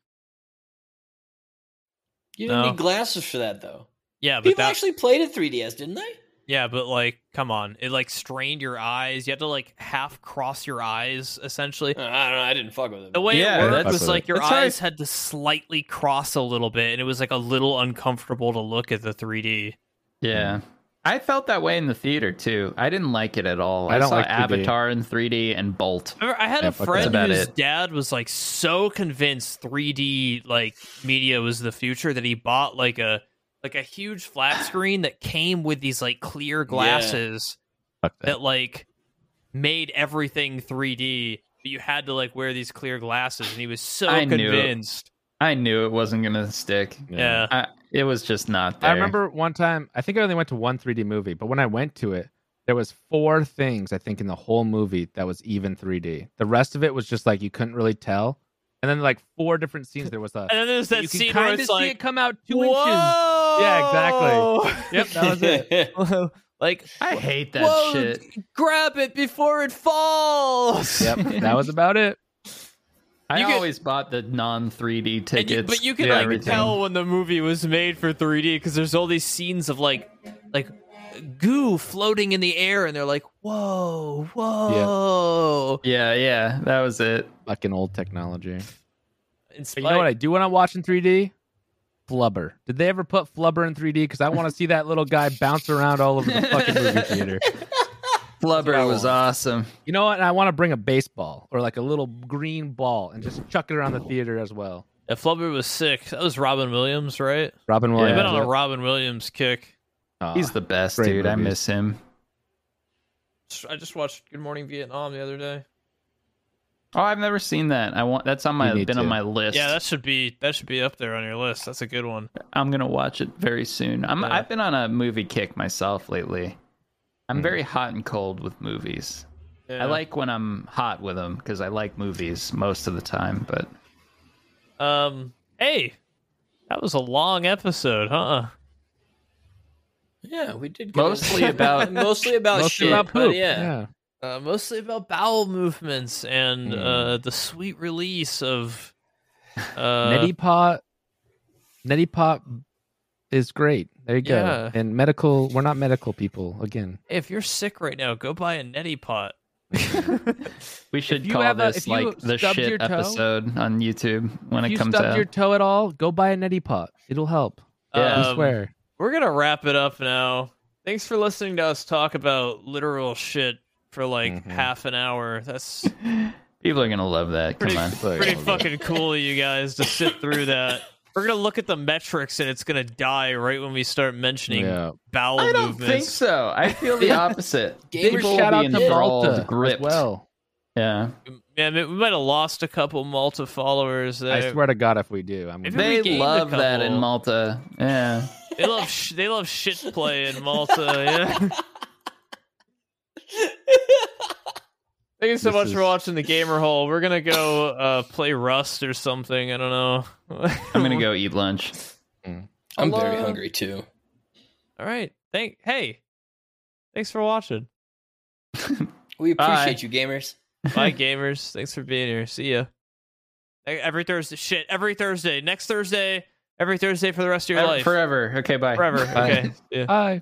Speaker 4: You didn't
Speaker 1: No.
Speaker 4: need glasses for that though.
Speaker 1: Yeah, but
Speaker 4: People
Speaker 1: that,
Speaker 4: actually played at 3DS, didn't they?
Speaker 1: yeah, but like, come on, it like strained your eyes. You had to like half cross your eyes essentially.
Speaker 4: Uh, I don't know. I didn't fuck with it.
Speaker 1: The way
Speaker 3: Yeah,
Speaker 1: it worked
Speaker 3: that's-
Speaker 1: was like your
Speaker 3: that's how I-
Speaker 1: eyes had to slightly cross a little bit, and it was like a little uncomfortable to look at the 3D.
Speaker 3: Yeah. I felt that way in the theater too. I didn't like it at all.
Speaker 2: I
Speaker 3: I,
Speaker 2: don't
Speaker 3: saw
Speaker 2: like 3D.
Speaker 3: Avatar in 3D and Bolt.
Speaker 1: I remember I had
Speaker 2: Yeah,
Speaker 1: a
Speaker 2: fuck
Speaker 1: friend
Speaker 3: that.
Speaker 1: whose
Speaker 3: About it.
Speaker 1: dad was like so convinced 3D like media was the future that he bought like a like a huge flat screen that came with these like clear glasses
Speaker 2: Fuck that.
Speaker 1: that like made everything 3D. But you had to like wear these clear glasses, and he was so
Speaker 3: I knew it.
Speaker 1: convinced.
Speaker 3: I knew it wasn't gonna stick.
Speaker 1: Yeah.
Speaker 3: I, it was just not there.
Speaker 2: I remember one time. I think I only went to one 3D movie, but when I went to it, there was four things I think in the whole movie that was even 3D. The rest of it was just like you couldn't really tell. And then like four different scenes. There was a
Speaker 1: And then there's that
Speaker 2: you can
Speaker 1: scene where
Speaker 2: kind of
Speaker 1: it's
Speaker 2: see
Speaker 1: like
Speaker 2: it come out two
Speaker 1: Whoa!
Speaker 2: inches. Yeah, exactly. Yep, that was it.
Speaker 1: Well, Like,
Speaker 3: I hate that
Speaker 1: whoa,
Speaker 3: shit.
Speaker 1: grab it before it falls.
Speaker 2: Yep, that was about it.
Speaker 3: I
Speaker 1: you could-
Speaker 3: always bought the non 3D
Speaker 1: And
Speaker 3: tickets.
Speaker 1: you- but you can
Speaker 3: to
Speaker 1: like
Speaker 3: everything.
Speaker 1: tell when the movie was made for 3D because there's all these scenes of like, like goo floating in the air, and they're like, "Whoa, whoa!"
Speaker 3: Yeah, yeah, that was it.
Speaker 2: Fucking old technology.
Speaker 1: In
Speaker 2: But
Speaker 1: spite-
Speaker 2: you know what I do want to watch in 3D? Flubber. Did they ever put Flubber in 3D? Because I want to see that little guy bounce around all over the fucking movie theater.
Speaker 3: Flubber was awesome.
Speaker 2: You know what? And I want to bring a baseball or like a little green ball and just chuck it around the theater as well.
Speaker 1: Yeah, Flubber was sick. That was Robin Williams, right?
Speaker 2: Robin
Speaker 1: I've
Speaker 2: Williams.
Speaker 1: been on a Robin Williams kick.
Speaker 2: Aw.
Speaker 3: He's the best,
Speaker 2: great
Speaker 3: dude. I
Speaker 2: movies.
Speaker 3: miss him.
Speaker 1: I just watched Good Morning Vietnam the other day.
Speaker 3: Oh, I've never seen that. I want that's on my
Speaker 2: You need
Speaker 3: been on
Speaker 2: to.
Speaker 3: my list.
Speaker 1: Yeah, that should be that should be up there on your list. That's a good one.
Speaker 3: I'm gonna watch it very soon. I'm
Speaker 1: Yeah.
Speaker 3: I've been on a movie kick myself lately. I'm
Speaker 2: Hmm.
Speaker 3: very hot and cold with movies.
Speaker 1: Yeah.
Speaker 3: I like when I'm hot with them because I like movies most of the time. But
Speaker 1: Um. Hey, that was a long episode, huh?
Speaker 4: Yeah, we did
Speaker 3: Mostly about-
Speaker 4: mostly
Speaker 1: Oh,
Speaker 4: about
Speaker 2: Mostly
Speaker 4: shit.
Speaker 2: about
Speaker 4: but
Speaker 2: poop.
Speaker 4: yeah.
Speaker 1: Uh, mostly about bowel movements and
Speaker 2: Hmm.
Speaker 1: uh, the sweet release of. Uh,
Speaker 2: Neti Pot. Neti Pot is great. There you go.
Speaker 1: Yeah.
Speaker 2: And medical. We're not medical people again.
Speaker 1: hey, if you're sick right now, go buy a neti pot.
Speaker 3: we should
Speaker 2: you
Speaker 3: call
Speaker 2: have a-
Speaker 3: this
Speaker 2: if you
Speaker 3: like the
Speaker 2: stubbed your
Speaker 3: shit
Speaker 2: toe-
Speaker 3: episode on YouTube when
Speaker 2: if
Speaker 3: it
Speaker 2: you
Speaker 3: comes
Speaker 2: stubbed
Speaker 3: out.
Speaker 2: your toe at all, go buy a Neti Pot. It'll help.
Speaker 3: Yeah.
Speaker 2: I
Speaker 1: Um,
Speaker 2: swear.
Speaker 1: We're gonna wrap it up now. Thanks for listening to us talk about literal shit for like
Speaker 2: Mhm.
Speaker 1: half an hour. That's
Speaker 3: People are gonna love that. Come
Speaker 1: pretty,
Speaker 3: on.
Speaker 1: pretty fucking cool of you guys to sit through that. We're gonna look at the metrics and it's gonna die right when we start mentioning
Speaker 2: Yeah.
Speaker 1: bowel
Speaker 3: I don't
Speaker 1: movements.
Speaker 3: think so. I feel the opposite.
Speaker 4: Big
Speaker 3: People will
Speaker 2: Shout
Speaker 3: be
Speaker 2: out to
Speaker 3: enthralled,
Speaker 2: Malta as
Speaker 3: gripped.
Speaker 2: well.
Speaker 3: Yeah.
Speaker 1: Man, we might have lost a couple Malta followers there.
Speaker 2: I swear to God, if we do, I'm.
Speaker 1: If
Speaker 2: Gonna...
Speaker 1: it-
Speaker 3: They
Speaker 1: we gained a
Speaker 3: love that in
Speaker 1: couple.
Speaker 3: Malta. Yeah.
Speaker 1: They love sh- they love shit play in Malta. Yeah. Thank you so
Speaker 2: This
Speaker 1: much for
Speaker 2: is-
Speaker 1: watching the Gamer Hole. We're gonna go uh, play Rust or something. I don't know.
Speaker 3: I'm gonna go eat lunch.
Speaker 4: I'm
Speaker 1: Hello.
Speaker 4: very hungry too.
Speaker 1: All right. Thank. Hey, thanks for watching.
Speaker 4: We
Speaker 3: Bye.
Speaker 4: appreciate you, gamers.
Speaker 1: Bye, gamers. Thanks for being here. See ya. E- Every Thursday. Shit. Every Thursday. Next Thursday. Every Thursday for the rest of your
Speaker 3: Ever-
Speaker 1: life.
Speaker 3: Forever. Okay, bye.
Speaker 1: Forever.
Speaker 2: Bye.
Speaker 1: Okay. Yeah.
Speaker 2: Hi.